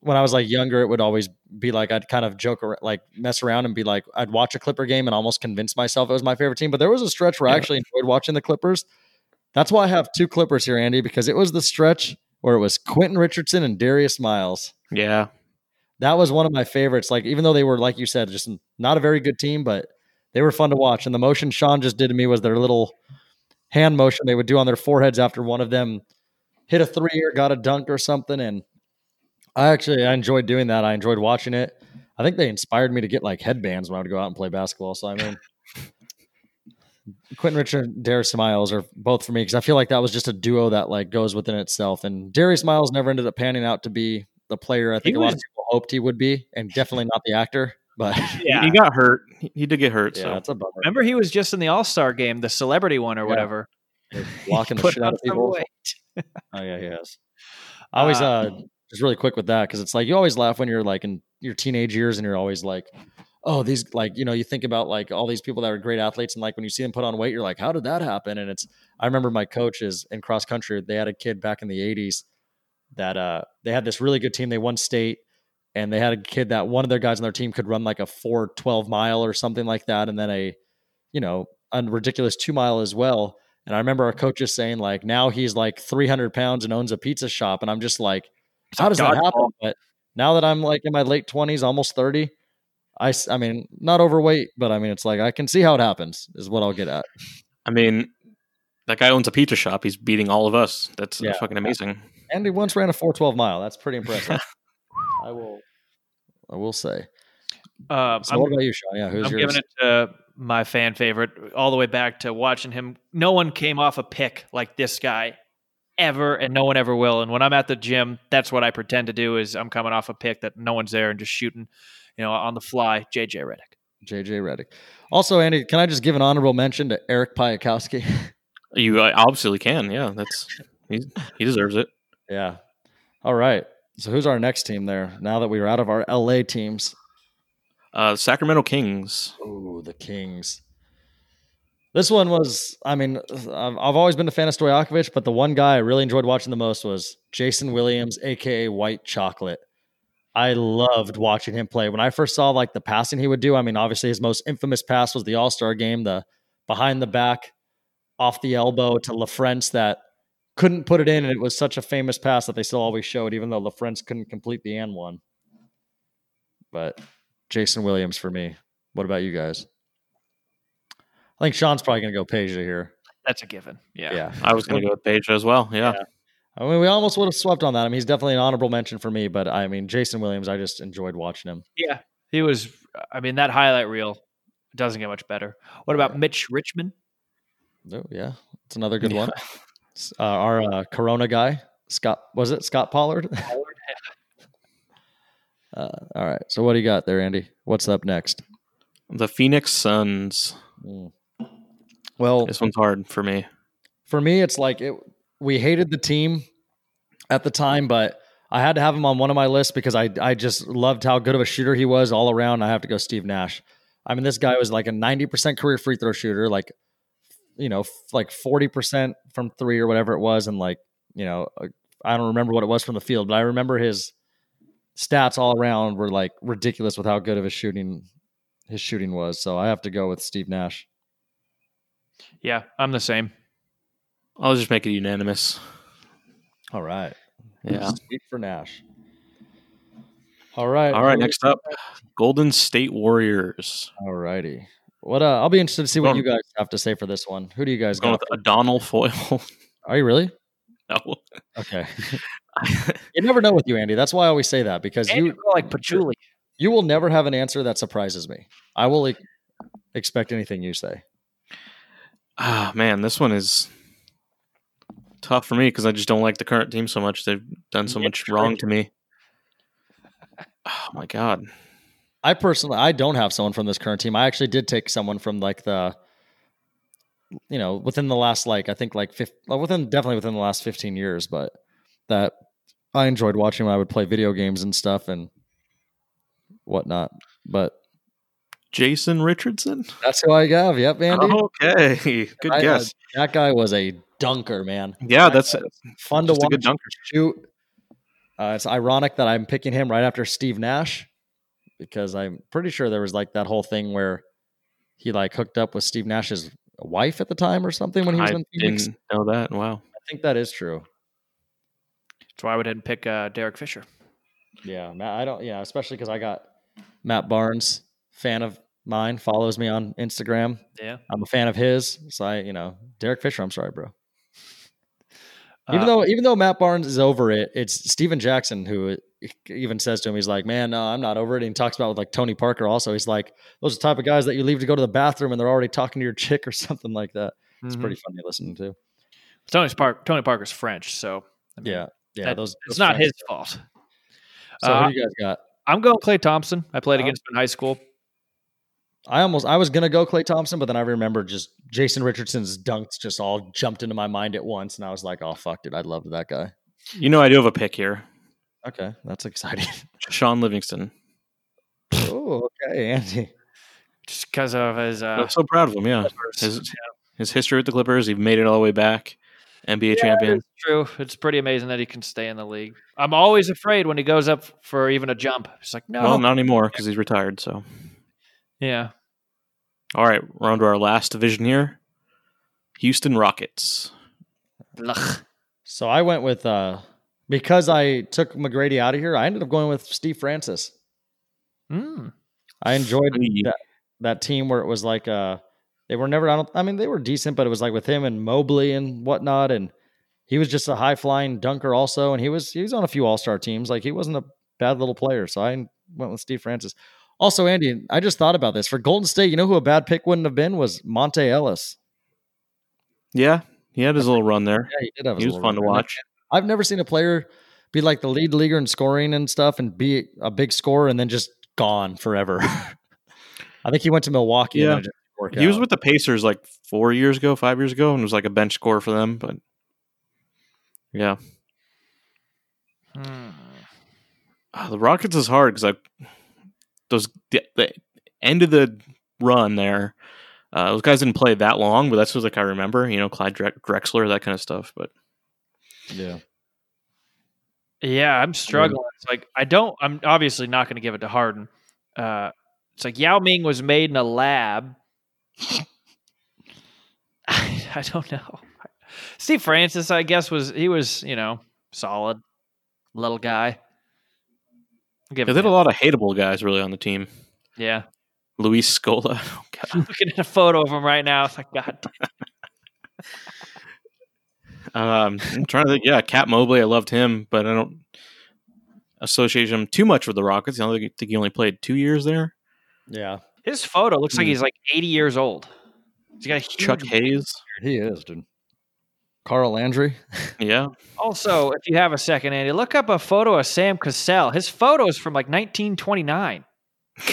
[SPEAKER 3] when I was like younger, it would always be like I'd kind of joke around, like mess around and be like I'd watch a Clipper game and almost convince myself it was my favorite team. But there was a stretch where I
[SPEAKER 4] Yeah.
[SPEAKER 3] actually enjoyed watching the Clippers. That's why I have two Clippers here, Andy, because it was the stretch where it was Quentin Richardson and Darius Miles.
[SPEAKER 4] Yeah,
[SPEAKER 3] That was one of my favorites. Like even though they were, like you said, just not a very good team, but they were fun to watch. And the motion Sean just did to me was their little hand motion they would do on their foreheads after one of them hit a three or got a dunk or something. And I actually I enjoyed doing that. I enjoyed watching it. I think they inspired me to get like headbands when I would go out and play basketball. So I mean, Quentin Richard and Darius Miles are both for me because I feel like that was just a duo that like goes within itself. And Darius Miles never ended up panning out to be the player I think a lot of
[SPEAKER 2] was-
[SPEAKER 3] people hoped he would be, and definitely not the actor. But
[SPEAKER 4] He, he got hurt. He, he did get hurt.
[SPEAKER 3] yeah,
[SPEAKER 4] so
[SPEAKER 3] that's a bummer.
[SPEAKER 2] Remember he was just in the All Star game, the celebrity one or
[SPEAKER 3] Yeah.
[SPEAKER 2] whatever.
[SPEAKER 3] They're *laughs* blocking the
[SPEAKER 2] Put
[SPEAKER 3] shit out
[SPEAKER 2] on
[SPEAKER 3] of
[SPEAKER 2] some
[SPEAKER 3] people.
[SPEAKER 2] weight.
[SPEAKER 3] Oh yeah, he has. I always
[SPEAKER 2] Uh,
[SPEAKER 3] uh just really quick with that because it's like you always laugh when you're like in your teenage years and you're always like, oh, these like you know you think about like all these people that are great athletes and like when you see them put on weight, you're like, how did that happen? And it's I remember my coaches in cross country, they had a kid back in the '80s that uh they had this really good team, they won state. And they had a kid that one of their guys on their team could run like a 4 12 mile or something like that. And then a, you know, a ridiculous two mile as well. And I remember our coach just saying, like, now he's like 300 pounds and owns a pizza shop. And I'm just like, how does that happen? But now that I'm like in my late 20s, almost 30, I, s- I mean, not overweight, but I mean, it's like I can see how it happens, is what I'll get at.
[SPEAKER 4] I mean, that guy owns a pizza shop. He's beating all of us. That's
[SPEAKER 3] Yeah.
[SPEAKER 4] fucking amazing.
[SPEAKER 3] And he once ran a 412 mile. That's
[SPEAKER 2] *laughs*
[SPEAKER 3] pretty impressive. I will. I will say.
[SPEAKER 2] Um,
[SPEAKER 3] So
[SPEAKER 2] I'm,
[SPEAKER 3] what about you, Sean? Yeah, who's
[SPEAKER 2] I'm
[SPEAKER 3] yours?
[SPEAKER 2] giving it to my fan favorite all the way back to watching him. No one came off a pick like this guy ever, and no one ever will. And when I'm at the gym, that's what I pretend to do is I'm coming off a pick that no one's there and just shooting, you know, on the fly. JJ Redick.
[SPEAKER 3] JJ Reddick. Also, Andy, can I just give an honorable mention to Eric Piakowski? *laughs*
[SPEAKER 4] You uh, absolutely can. Yeah, that's he, he deserves it.
[SPEAKER 3] yeah. All right. So who's our next team there? Now that we are out of our LA teams.
[SPEAKER 4] Uh, Sacramento Kings.
[SPEAKER 3] Oh, the Kings. This one was, I mean, I've I've always been a fan of Stoyakovich, but the one guy I really enjoyed watching the most was Jason Williams, aka White Chocolate. I loved watching him play. When I first saw like the passing he would do, I mean, obviously his most infamous pass was the All Star game, the behind the back, off the elbow to LaFrance that couldn't put it in, and it was such a famous pass that they still always showed, even though LaFrance couldn't complete the and one. But Jason Williams for me. What about you guys? I think Sean's probably going to go Peja here.
[SPEAKER 2] That's a given. Yeah.
[SPEAKER 4] I was going to go with Beja as well. Yeah.
[SPEAKER 3] I mean, we almost would have swept on that. I mean, he's definitely an honorable mention for me, but I mean, Jason Williams, I just enjoyed watching him.
[SPEAKER 2] Yeah. He was, I mean, that highlight reel doesn't get much better. What about
[SPEAKER 3] Yeah.
[SPEAKER 2] Mitch Richmond?
[SPEAKER 3] Oh, yeah. It's another good
[SPEAKER 4] Yeah.
[SPEAKER 3] one. S- Uh, our uh, Corona guy, Scott, was it Scott Pollard? *laughs* uh, all right. So, what do you got there, Andy? What's up next?
[SPEAKER 4] The Phoenix Suns.
[SPEAKER 3] Mm. Well,
[SPEAKER 4] This one's hard for me.
[SPEAKER 3] for me it's like it we hated the team at the time but i had to have him on one of my lists because i i just loved how good of a shooter he was all around i have to go steve nash i mean this guy was like a 90% career free throw shooter like you know f- like 40% from 3 or whatever it was and like you know uh, i don't remember what it was from the field but i remember his stats all around were like ridiculous with how good of a shooting his shooting was. So I have to go with Steve Nash.
[SPEAKER 2] Yeah, I'm the same.
[SPEAKER 4] I'll just make it unanimous.
[SPEAKER 3] All right.
[SPEAKER 4] Yeah.
[SPEAKER 3] Sweet for Nash. All right.
[SPEAKER 4] All right. Next up, Golden State Warriors.
[SPEAKER 3] All righty. What uh, I'll be interested to see what you
[SPEAKER 4] Going-
[SPEAKER 3] guys have to say for this one. Who do you guys
[SPEAKER 4] Going
[SPEAKER 3] go?
[SPEAKER 4] with O'Donnell Foyle. *laughs*
[SPEAKER 3] Are you really?
[SPEAKER 4] no. *laughs*
[SPEAKER 3] Okay. *laughs* you never know with you, Andy. That's why I always say that because
[SPEAKER 2] And you
[SPEAKER 3] you
[SPEAKER 2] go like patchouli.
[SPEAKER 3] you will never have an answer that surprises me. I will like, expect anything you say.
[SPEAKER 4] Ah, man, this one is tough for me because I just don't like the current team so much. They've done so
[SPEAKER 2] Yeah,
[SPEAKER 4] much
[SPEAKER 2] sure.
[SPEAKER 4] wrong to me. Oh my god.
[SPEAKER 3] I personally, I don't have someone from this current team. I actually did take someone from like the, you know, within the last like I think like fif- well, within definitely within the last fifteen years, but that I enjoyed watching when I would play video games and stuff and whatnot. But
[SPEAKER 4] Jason Richardson?
[SPEAKER 3] that's who I have. Yep, Andy.
[SPEAKER 4] Okay. Oh, *laughs* Good
[SPEAKER 3] I-
[SPEAKER 4] guess.
[SPEAKER 3] that guy was a dunker, man.
[SPEAKER 4] yeah, that's
[SPEAKER 3] Fun to
[SPEAKER 4] just a
[SPEAKER 3] watch.
[SPEAKER 4] good dunker.
[SPEAKER 3] shoot. Uh, it's ironic that I'm picking him right after Steve Nash because I'm pretty sure there was like that whole thing where he like hooked up with Steve Nash's wife at the time or something when he was
[SPEAKER 4] I
[SPEAKER 3] in Phoenix.
[SPEAKER 4] didn't know that. Wow.
[SPEAKER 3] I think that is true.
[SPEAKER 2] That's why I didn't pick uh, Derek Fisher.
[SPEAKER 3] Yeah, Matt, I don't. Yeah, especially because I got Matt Barnes, fan of mine, follows me on Instagram.
[SPEAKER 2] Yeah.
[SPEAKER 3] I'm a fan of his, so I, you know, Derek Fisher. I'm sorry, bro. Even
[SPEAKER 2] Uh,
[SPEAKER 3] though even though Matt Barnes is over it, it's Steven Jackson who even says to him, he's like, "Man, no, I'm not over it." And he talks about with like Tony Parker also. He's like, "Those are the type of guys that you leave to go to the bathroom and they're already talking to your chick or *laughs* something like that." It's
[SPEAKER 2] mhm.
[SPEAKER 3] pretty funny listening to.
[SPEAKER 2] Tony's Park, Tony Parker's French, so I mean,
[SPEAKER 3] Yeah, yeah.
[SPEAKER 2] that-
[SPEAKER 3] those
[SPEAKER 2] it's
[SPEAKER 3] those
[SPEAKER 2] not
[SPEAKER 3] friends.
[SPEAKER 2] his fault.
[SPEAKER 3] So
[SPEAKER 2] Uh,
[SPEAKER 3] who you guys got?
[SPEAKER 2] I'm going Clay Thompson. I played
[SPEAKER 3] Oh.
[SPEAKER 2] against him in high school.
[SPEAKER 3] I almost I was gonna go Clay Thompson, but then I remember just Jason Richardson's dunks just all jumped into my mind at once, and I was like, "Oh fuck, dude, I loved that guy."
[SPEAKER 4] You know I do have a pick here.
[SPEAKER 3] Okay, that's exciting. *laughs*
[SPEAKER 4] Sean Livingston.
[SPEAKER 3] oh, okay, Andy.
[SPEAKER 2] just because of his uh,
[SPEAKER 4] I'm so proud of him, yeah.
[SPEAKER 2] Clippers.
[SPEAKER 4] His his history with the Clippers, he made it all the way back. NBA champion.
[SPEAKER 2] It's true. It's pretty amazing that he can stay in the league. I'm always afraid when he goes up for even a jump. It's like no,
[SPEAKER 4] Well, not anymore because he's retired, so
[SPEAKER 2] yeah,
[SPEAKER 4] All right, we're on to our last division here. Houston Rockets.
[SPEAKER 2] Ugh.
[SPEAKER 3] So I went with uh because I took McGrady out of here, I ended up going with Steve Francis.
[SPEAKER 2] Mm.
[SPEAKER 3] I enjoyed
[SPEAKER 4] Hey.
[SPEAKER 3] that, that team where it was like uh they were never I don't I mean they were decent, but it was like with him and Mobley and whatnot, and he was just a high flying dunker also, and he was he was on a few all star teams. Like he wasn't a bad little player. So I went with Steve Francis. Also, Andy, I just thought about this. For Golden State, you know who a bad pick wouldn't have been was Monte Ellis.
[SPEAKER 4] Yeah, he had his little run there.
[SPEAKER 3] Yeah, he did have his
[SPEAKER 4] He was
[SPEAKER 3] little
[SPEAKER 4] fun to
[SPEAKER 3] run.
[SPEAKER 4] watch.
[SPEAKER 3] I've never seen a player be like the lead leaguer in scoring and stuff and be a big scorer and then just gone forever. *laughs* I think he went to Milwaukee. And
[SPEAKER 4] Yeah.
[SPEAKER 3] then it didn't work
[SPEAKER 4] He was
[SPEAKER 3] out.
[SPEAKER 4] with the Pacers like four years ago, five years ago, and was like a bench scorer for them. But yeah,
[SPEAKER 2] Hmm.
[SPEAKER 4] Ah, the Rockets is hard because I those the, the end of the run there. Uh, those guys didn't play that long, but that's what like I remember. You know, Clyde Dre- Drexler, that kind of stuff. But
[SPEAKER 3] yeah.
[SPEAKER 2] yeah. I'm struggling. It's like I don't. I'm obviously not going to give it to Harden. Uh, it's like Yao Ming was made in a lab. *laughs* I, I don't know. Steve Francis, I guess, was he was you know solid little guy. I'll Give
[SPEAKER 4] they
[SPEAKER 2] it
[SPEAKER 4] had
[SPEAKER 2] to
[SPEAKER 4] a
[SPEAKER 2] him.
[SPEAKER 4] lot of hateable guys really on the team.
[SPEAKER 2] yeah.
[SPEAKER 4] Luis Scola. *laughs* Oh, God.
[SPEAKER 2] I'm looking at a photo of him right now. It's like, God, damn.
[SPEAKER 4] Um, I'm trying to think. Yeah, Cat Mobley. I loved him, but I don't associate him too much with the Rockets. I only think he only played two years there.
[SPEAKER 3] Yeah.
[SPEAKER 2] his photo looks like he's like 80 years old. He's got a huge
[SPEAKER 4] Hmm. Chuck Hayes.
[SPEAKER 3] He is, dude. Carl Landry.
[SPEAKER 4] Yeah,
[SPEAKER 2] Also, if you have a second, Andy, look up a photo of Sam Cassell. His photo is from like 1929.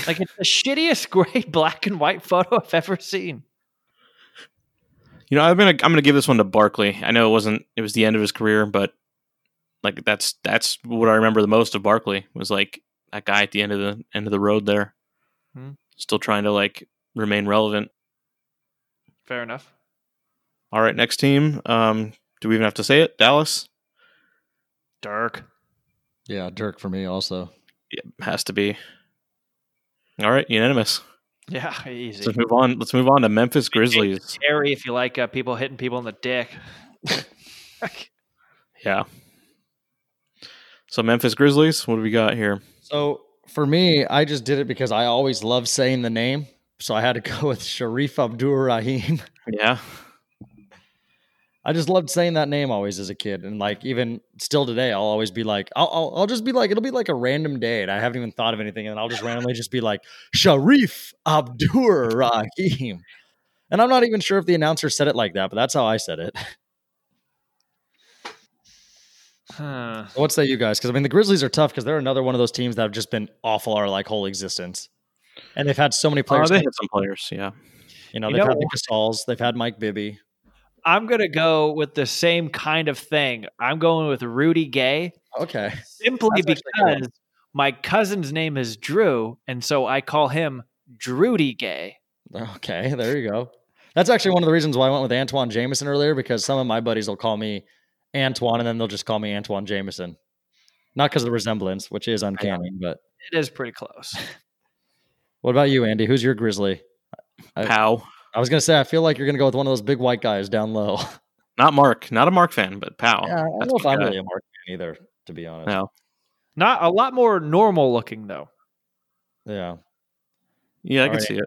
[SPEAKER 2] Like it's the shittiest *laughs* gray black and white photo I've ever seen.
[SPEAKER 4] you know, I'm gonna I'm gonna give this one to Barkley. I know it wasn't. It was the end of his career, but like that's that's what I remember the most of Barkley was like that guy at the end of the end of the road there,
[SPEAKER 2] Hmm.
[SPEAKER 4] still trying to like remain relevant.
[SPEAKER 2] Fair enough.
[SPEAKER 4] All right, next team. Um, do we even have to say it? Dallas.
[SPEAKER 2] Dirk.
[SPEAKER 3] Yeah, Dirk for me also.
[SPEAKER 4] It has to be. All right, unanimous.
[SPEAKER 2] Yeah, easy.
[SPEAKER 4] Let's move on. Let's move on to Memphis Grizzlies.
[SPEAKER 2] Terry, if you like uh, people hitting people in the dick.
[SPEAKER 4] Yeah. So Memphis Grizzlies, what do we got here?
[SPEAKER 3] So for me, I just did it because I always love saying the name. So I had to go *laughs* with Sharif Abdul Rahim.
[SPEAKER 4] Yeah.
[SPEAKER 3] I just loved saying that name always as a kid, and like even still today, I'll always be like, I'll, I'll, I'll just be like, it'll be like a random day, and I haven't even thought of anything, and I'll just randomly just be like, Sharif Abdur Rahim, and I'm not even sure if the announcer said it like that, but that's how I said it. *laughs*
[SPEAKER 2] Huh.
[SPEAKER 3] What say you guys? Because I mean, the Grizzlies are tough because they're another one of those teams that have just been awful our like whole existence, and they've had so many
[SPEAKER 4] Oh,
[SPEAKER 3] players.
[SPEAKER 4] they had some players. Yeah.
[SPEAKER 3] you know,
[SPEAKER 2] You
[SPEAKER 3] they've had
[SPEAKER 2] know-
[SPEAKER 3] the Casals, they've had Mike Bibby.
[SPEAKER 2] I'm going to go with the same kind of thing. I'm going with Rudy Gay
[SPEAKER 3] Okay,
[SPEAKER 2] simply
[SPEAKER 3] That's actually good.
[SPEAKER 2] because my cousin's name is Drew, and so I call him Drudy Gay.
[SPEAKER 3] *laughs* Okay, there you go. That's actually one of the reasons why I went with Antoine Jameson earlier because some of my buddies will call me Antoine and then they'll just call me Antoine Jameson. Not because of the resemblance, which is uncanny, but
[SPEAKER 2] It is pretty close.
[SPEAKER 3] what about you, Andy? Who's your grizzly? I-
[SPEAKER 4] Pow.
[SPEAKER 3] I was going to say, I feel like you're going to go with one of those big white guys down
[SPEAKER 4] *laughs*
[SPEAKER 3] low. *laughs*
[SPEAKER 4] Not Mark. Not a Mark fan, but Pow.
[SPEAKER 3] yeah, I don't
[SPEAKER 4] That's
[SPEAKER 3] know if
[SPEAKER 4] my
[SPEAKER 3] I'm
[SPEAKER 4] guy.
[SPEAKER 3] really a Mark fan either, to be honest.
[SPEAKER 4] No.
[SPEAKER 2] Not a lot more normal looking though.
[SPEAKER 3] Yeah.
[SPEAKER 4] Yeah, I
[SPEAKER 3] All
[SPEAKER 4] can
[SPEAKER 3] right.
[SPEAKER 4] see it.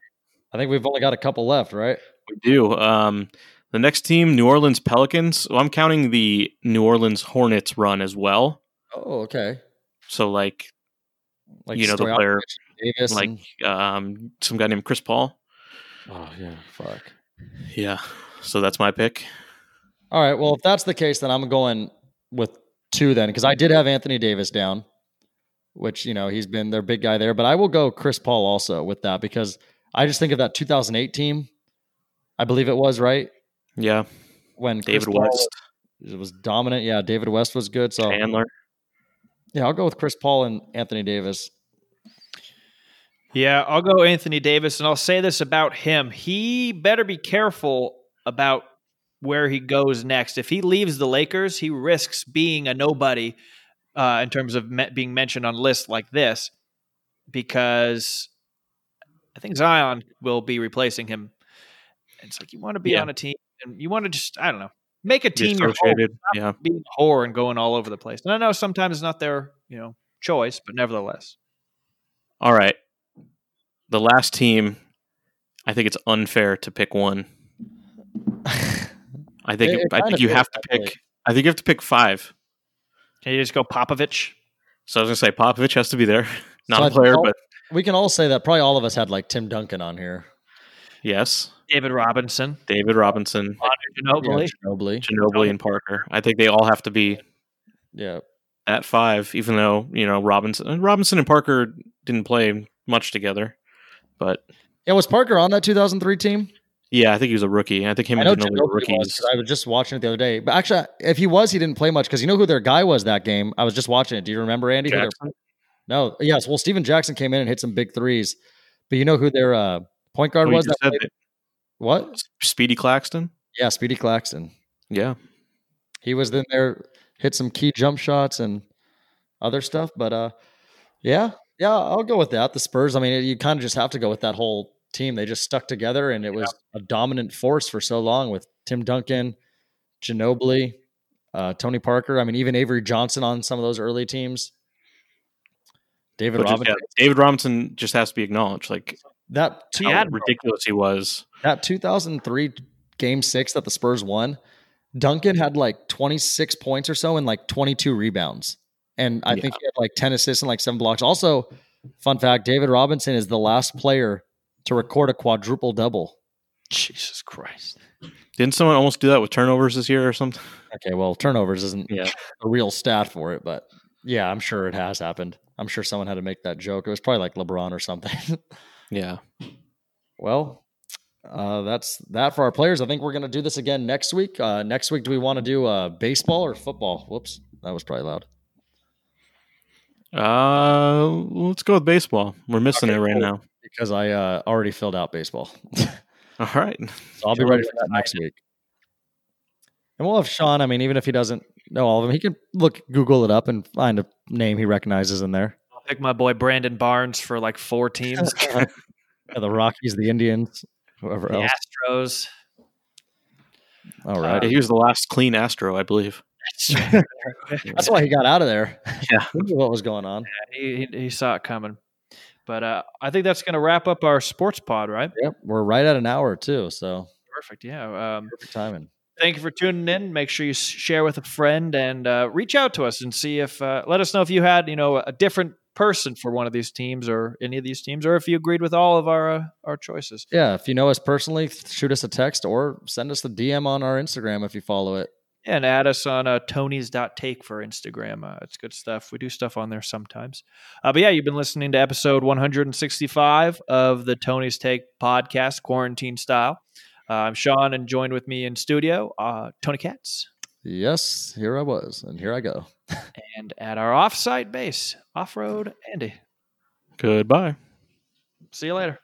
[SPEAKER 3] I think we've only got a couple left, right?
[SPEAKER 4] We do. Um, the next team, New Orleans Pelicans. Well, I'm counting the New Orleans Hornets run as well.
[SPEAKER 3] Oh, okay.
[SPEAKER 4] So like,
[SPEAKER 3] Like
[SPEAKER 4] You know the
[SPEAKER 3] Stojakovic,
[SPEAKER 4] player,
[SPEAKER 3] Davis
[SPEAKER 4] like
[SPEAKER 3] and-
[SPEAKER 4] um, some guy named Chris Paul.
[SPEAKER 3] oh, yeah. Fuck.
[SPEAKER 4] Yeah. So that's my pick.
[SPEAKER 3] All right. Well, if that's the case, then I'm going with two then, because I did have Anthony Davis down, which you know he's been their big guy there. But I will go Chris Paul also with that because I just think of that 2008 team. I believe it was right
[SPEAKER 4] Yeah.
[SPEAKER 3] when Chris
[SPEAKER 4] David
[SPEAKER 3] Paul
[SPEAKER 4] West,
[SPEAKER 3] was- was dominant. Yeah, David West was good. So
[SPEAKER 4] Chandler.
[SPEAKER 3] yeah, I'll go with Chris Paul and Anthony Davis. *laughs*
[SPEAKER 2] Yeah, I'll go Anthony Davis, and I'll say this about him. He better be careful about where he goes next. If he leaves the Lakers, he risks being a nobody uh, in terms of me- being mentioned on lists like this because I think Zion will be replacing him. It's like you want to be
[SPEAKER 4] Yeah.
[SPEAKER 2] on a team and you want to just, I don't know, make a
[SPEAKER 4] Be
[SPEAKER 2] team your home,
[SPEAKER 4] associated. Yeah.
[SPEAKER 2] being a whore and going all over the place. And I know sometimes it's not their, you know, choice, but nevertheless.
[SPEAKER 4] All right. The last team, I think it's unfair to pick one. I think
[SPEAKER 3] It- it
[SPEAKER 4] I
[SPEAKER 3] kind
[SPEAKER 4] think
[SPEAKER 3] of
[SPEAKER 4] you
[SPEAKER 3] is,
[SPEAKER 4] have to
[SPEAKER 3] actually.
[SPEAKER 4] pick. I think you have to pick five.
[SPEAKER 2] Can you just go Popovich?
[SPEAKER 4] So I was gonna say Popovich has to be there. Not
[SPEAKER 3] So I
[SPEAKER 4] a
[SPEAKER 3] think
[SPEAKER 4] player,
[SPEAKER 3] all-
[SPEAKER 4] but
[SPEAKER 3] We can all say that probably all of us had like Tim Duncan on here.
[SPEAKER 4] yes.
[SPEAKER 2] David Robinson,
[SPEAKER 4] David Robinson,
[SPEAKER 2] Manu Ginobili.
[SPEAKER 3] Yeah, Ginobili.
[SPEAKER 4] Ginobili, and Parker. I think they all have to be
[SPEAKER 3] Yeah.
[SPEAKER 4] at five, even though you know Robinson and Robinson and Parker didn't play much together. But
[SPEAKER 3] Yeah, was Parker on that 2003 team?
[SPEAKER 4] yeah, I think he was a rookie. I think him
[SPEAKER 3] I
[SPEAKER 4] and
[SPEAKER 3] know
[SPEAKER 4] Ginobili were
[SPEAKER 3] Ginobili was,
[SPEAKER 4] rookies.
[SPEAKER 3] 'cause I was just watching it the other day. But actually, if he was, he didn't play much because you know who their guy was that game. I was just watching it. Do you remember Andy? who their-
[SPEAKER 4] Jackson?
[SPEAKER 3] no. Yes. Well, Steven Jackson came in and hit some big threes, but you know who their uh, point guard
[SPEAKER 4] Who Oh, you
[SPEAKER 3] was? That
[SPEAKER 4] just said
[SPEAKER 3] played-
[SPEAKER 4] that-
[SPEAKER 3] what?
[SPEAKER 4] Speedy Claxton.
[SPEAKER 3] Yeah, Speedy Claxton.
[SPEAKER 4] Yeah,
[SPEAKER 3] He was in there, hit some key jump shots and other stuff. But uh, yeah, yeah, I'll go with that. The Spurs. I mean, you kind of just have to go with that whole team. They just stuck together, and it was a dominant force for so long with Tim Duncan, Ginobili, uh, Tony Parker. I mean, even Avery Johnson on some of those early teams. David
[SPEAKER 4] But just-
[SPEAKER 3] Robinson.
[SPEAKER 4] yeah, David Robinson just has to be acknowledged. Like
[SPEAKER 3] That
[SPEAKER 2] He
[SPEAKER 4] how
[SPEAKER 2] had
[SPEAKER 4] ridiculous he was.
[SPEAKER 3] that 2003 game six that the Spurs won, Duncan had like 26 points or so and like 22 rebounds. And I think he had like 10 assists and like seven blocks. Also, fun fact David Robinson is the last player to record a quadruple double.
[SPEAKER 2] Jesus Christ.
[SPEAKER 4] Didn't someone almost do that with turnovers this year or something?
[SPEAKER 3] Okay, well, turnovers isn't
[SPEAKER 4] Yeah.
[SPEAKER 3] a real stat for it, but yeah, I'm sure it has happened. I'm sure someone had to make that joke. It was probably like LeBron or something. *laughs*
[SPEAKER 4] Yeah.
[SPEAKER 3] Well, uh, that's that for our players. I think we're going to do this again next week. Uh, next week, do we want to do uh, baseball or football? Whoops, that was probably loud.
[SPEAKER 4] Uh, let's go with baseball. We're missing
[SPEAKER 3] Okay,
[SPEAKER 4] it right
[SPEAKER 3] cool.
[SPEAKER 4] now.
[SPEAKER 3] Because I uh, already filled out baseball. so
[SPEAKER 4] All right.
[SPEAKER 3] I'll be ready for that next week. And we'll have Sean. I mean, even if he doesn't know all of them, he can look, Google it up, and find a name he recognizes in there. *laughs*
[SPEAKER 2] pick my boy Brandon Barnes for like *laughs* four teams.
[SPEAKER 3] Yeah, the Rockies, the Indians, whoever
[SPEAKER 2] the
[SPEAKER 3] else.
[SPEAKER 2] Astros.
[SPEAKER 3] All right.
[SPEAKER 4] Yeah, he was the last clean Astro, I believe.
[SPEAKER 2] *laughs*
[SPEAKER 3] That's why he got out of there.
[SPEAKER 4] Yeah.
[SPEAKER 3] *laughs* He knew what was going on.
[SPEAKER 2] he, he, he saw it coming. But uh, I think that's going to wrap up our sports pod, right?
[SPEAKER 3] Yep. We're right at an hour too, so
[SPEAKER 2] Perfect. Yeah. Um,
[SPEAKER 3] perfect timing.
[SPEAKER 2] thank you for tuning in. Make sure you s- share with a friend and uh, reach out to us and see if uh, let us know if you had you know a different person for one of these teams or any of these teams, or if you agreed with all of our uh, our choices.
[SPEAKER 3] Yeah, if you know us personally, shoot us a text or send us a DM on our Instagram if you follow it.
[SPEAKER 2] And add us on uh, Tony's.take for Instagram. Uh, it's good stuff. We do stuff on there sometimes. Uh, but yeah, you've been listening to episode 165 of the Tony's Take podcast, quarantine style. Uh, I'm Sean, and joined with me in studio, uh, Tony Katz.
[SPEAKER 3] Yes, here I was, and here I go.
[SPEAKER 2] And at our offsite base, off road, Andy.
[SPEAKER 4] Goodbye.
[SPEAKER 2] See you later.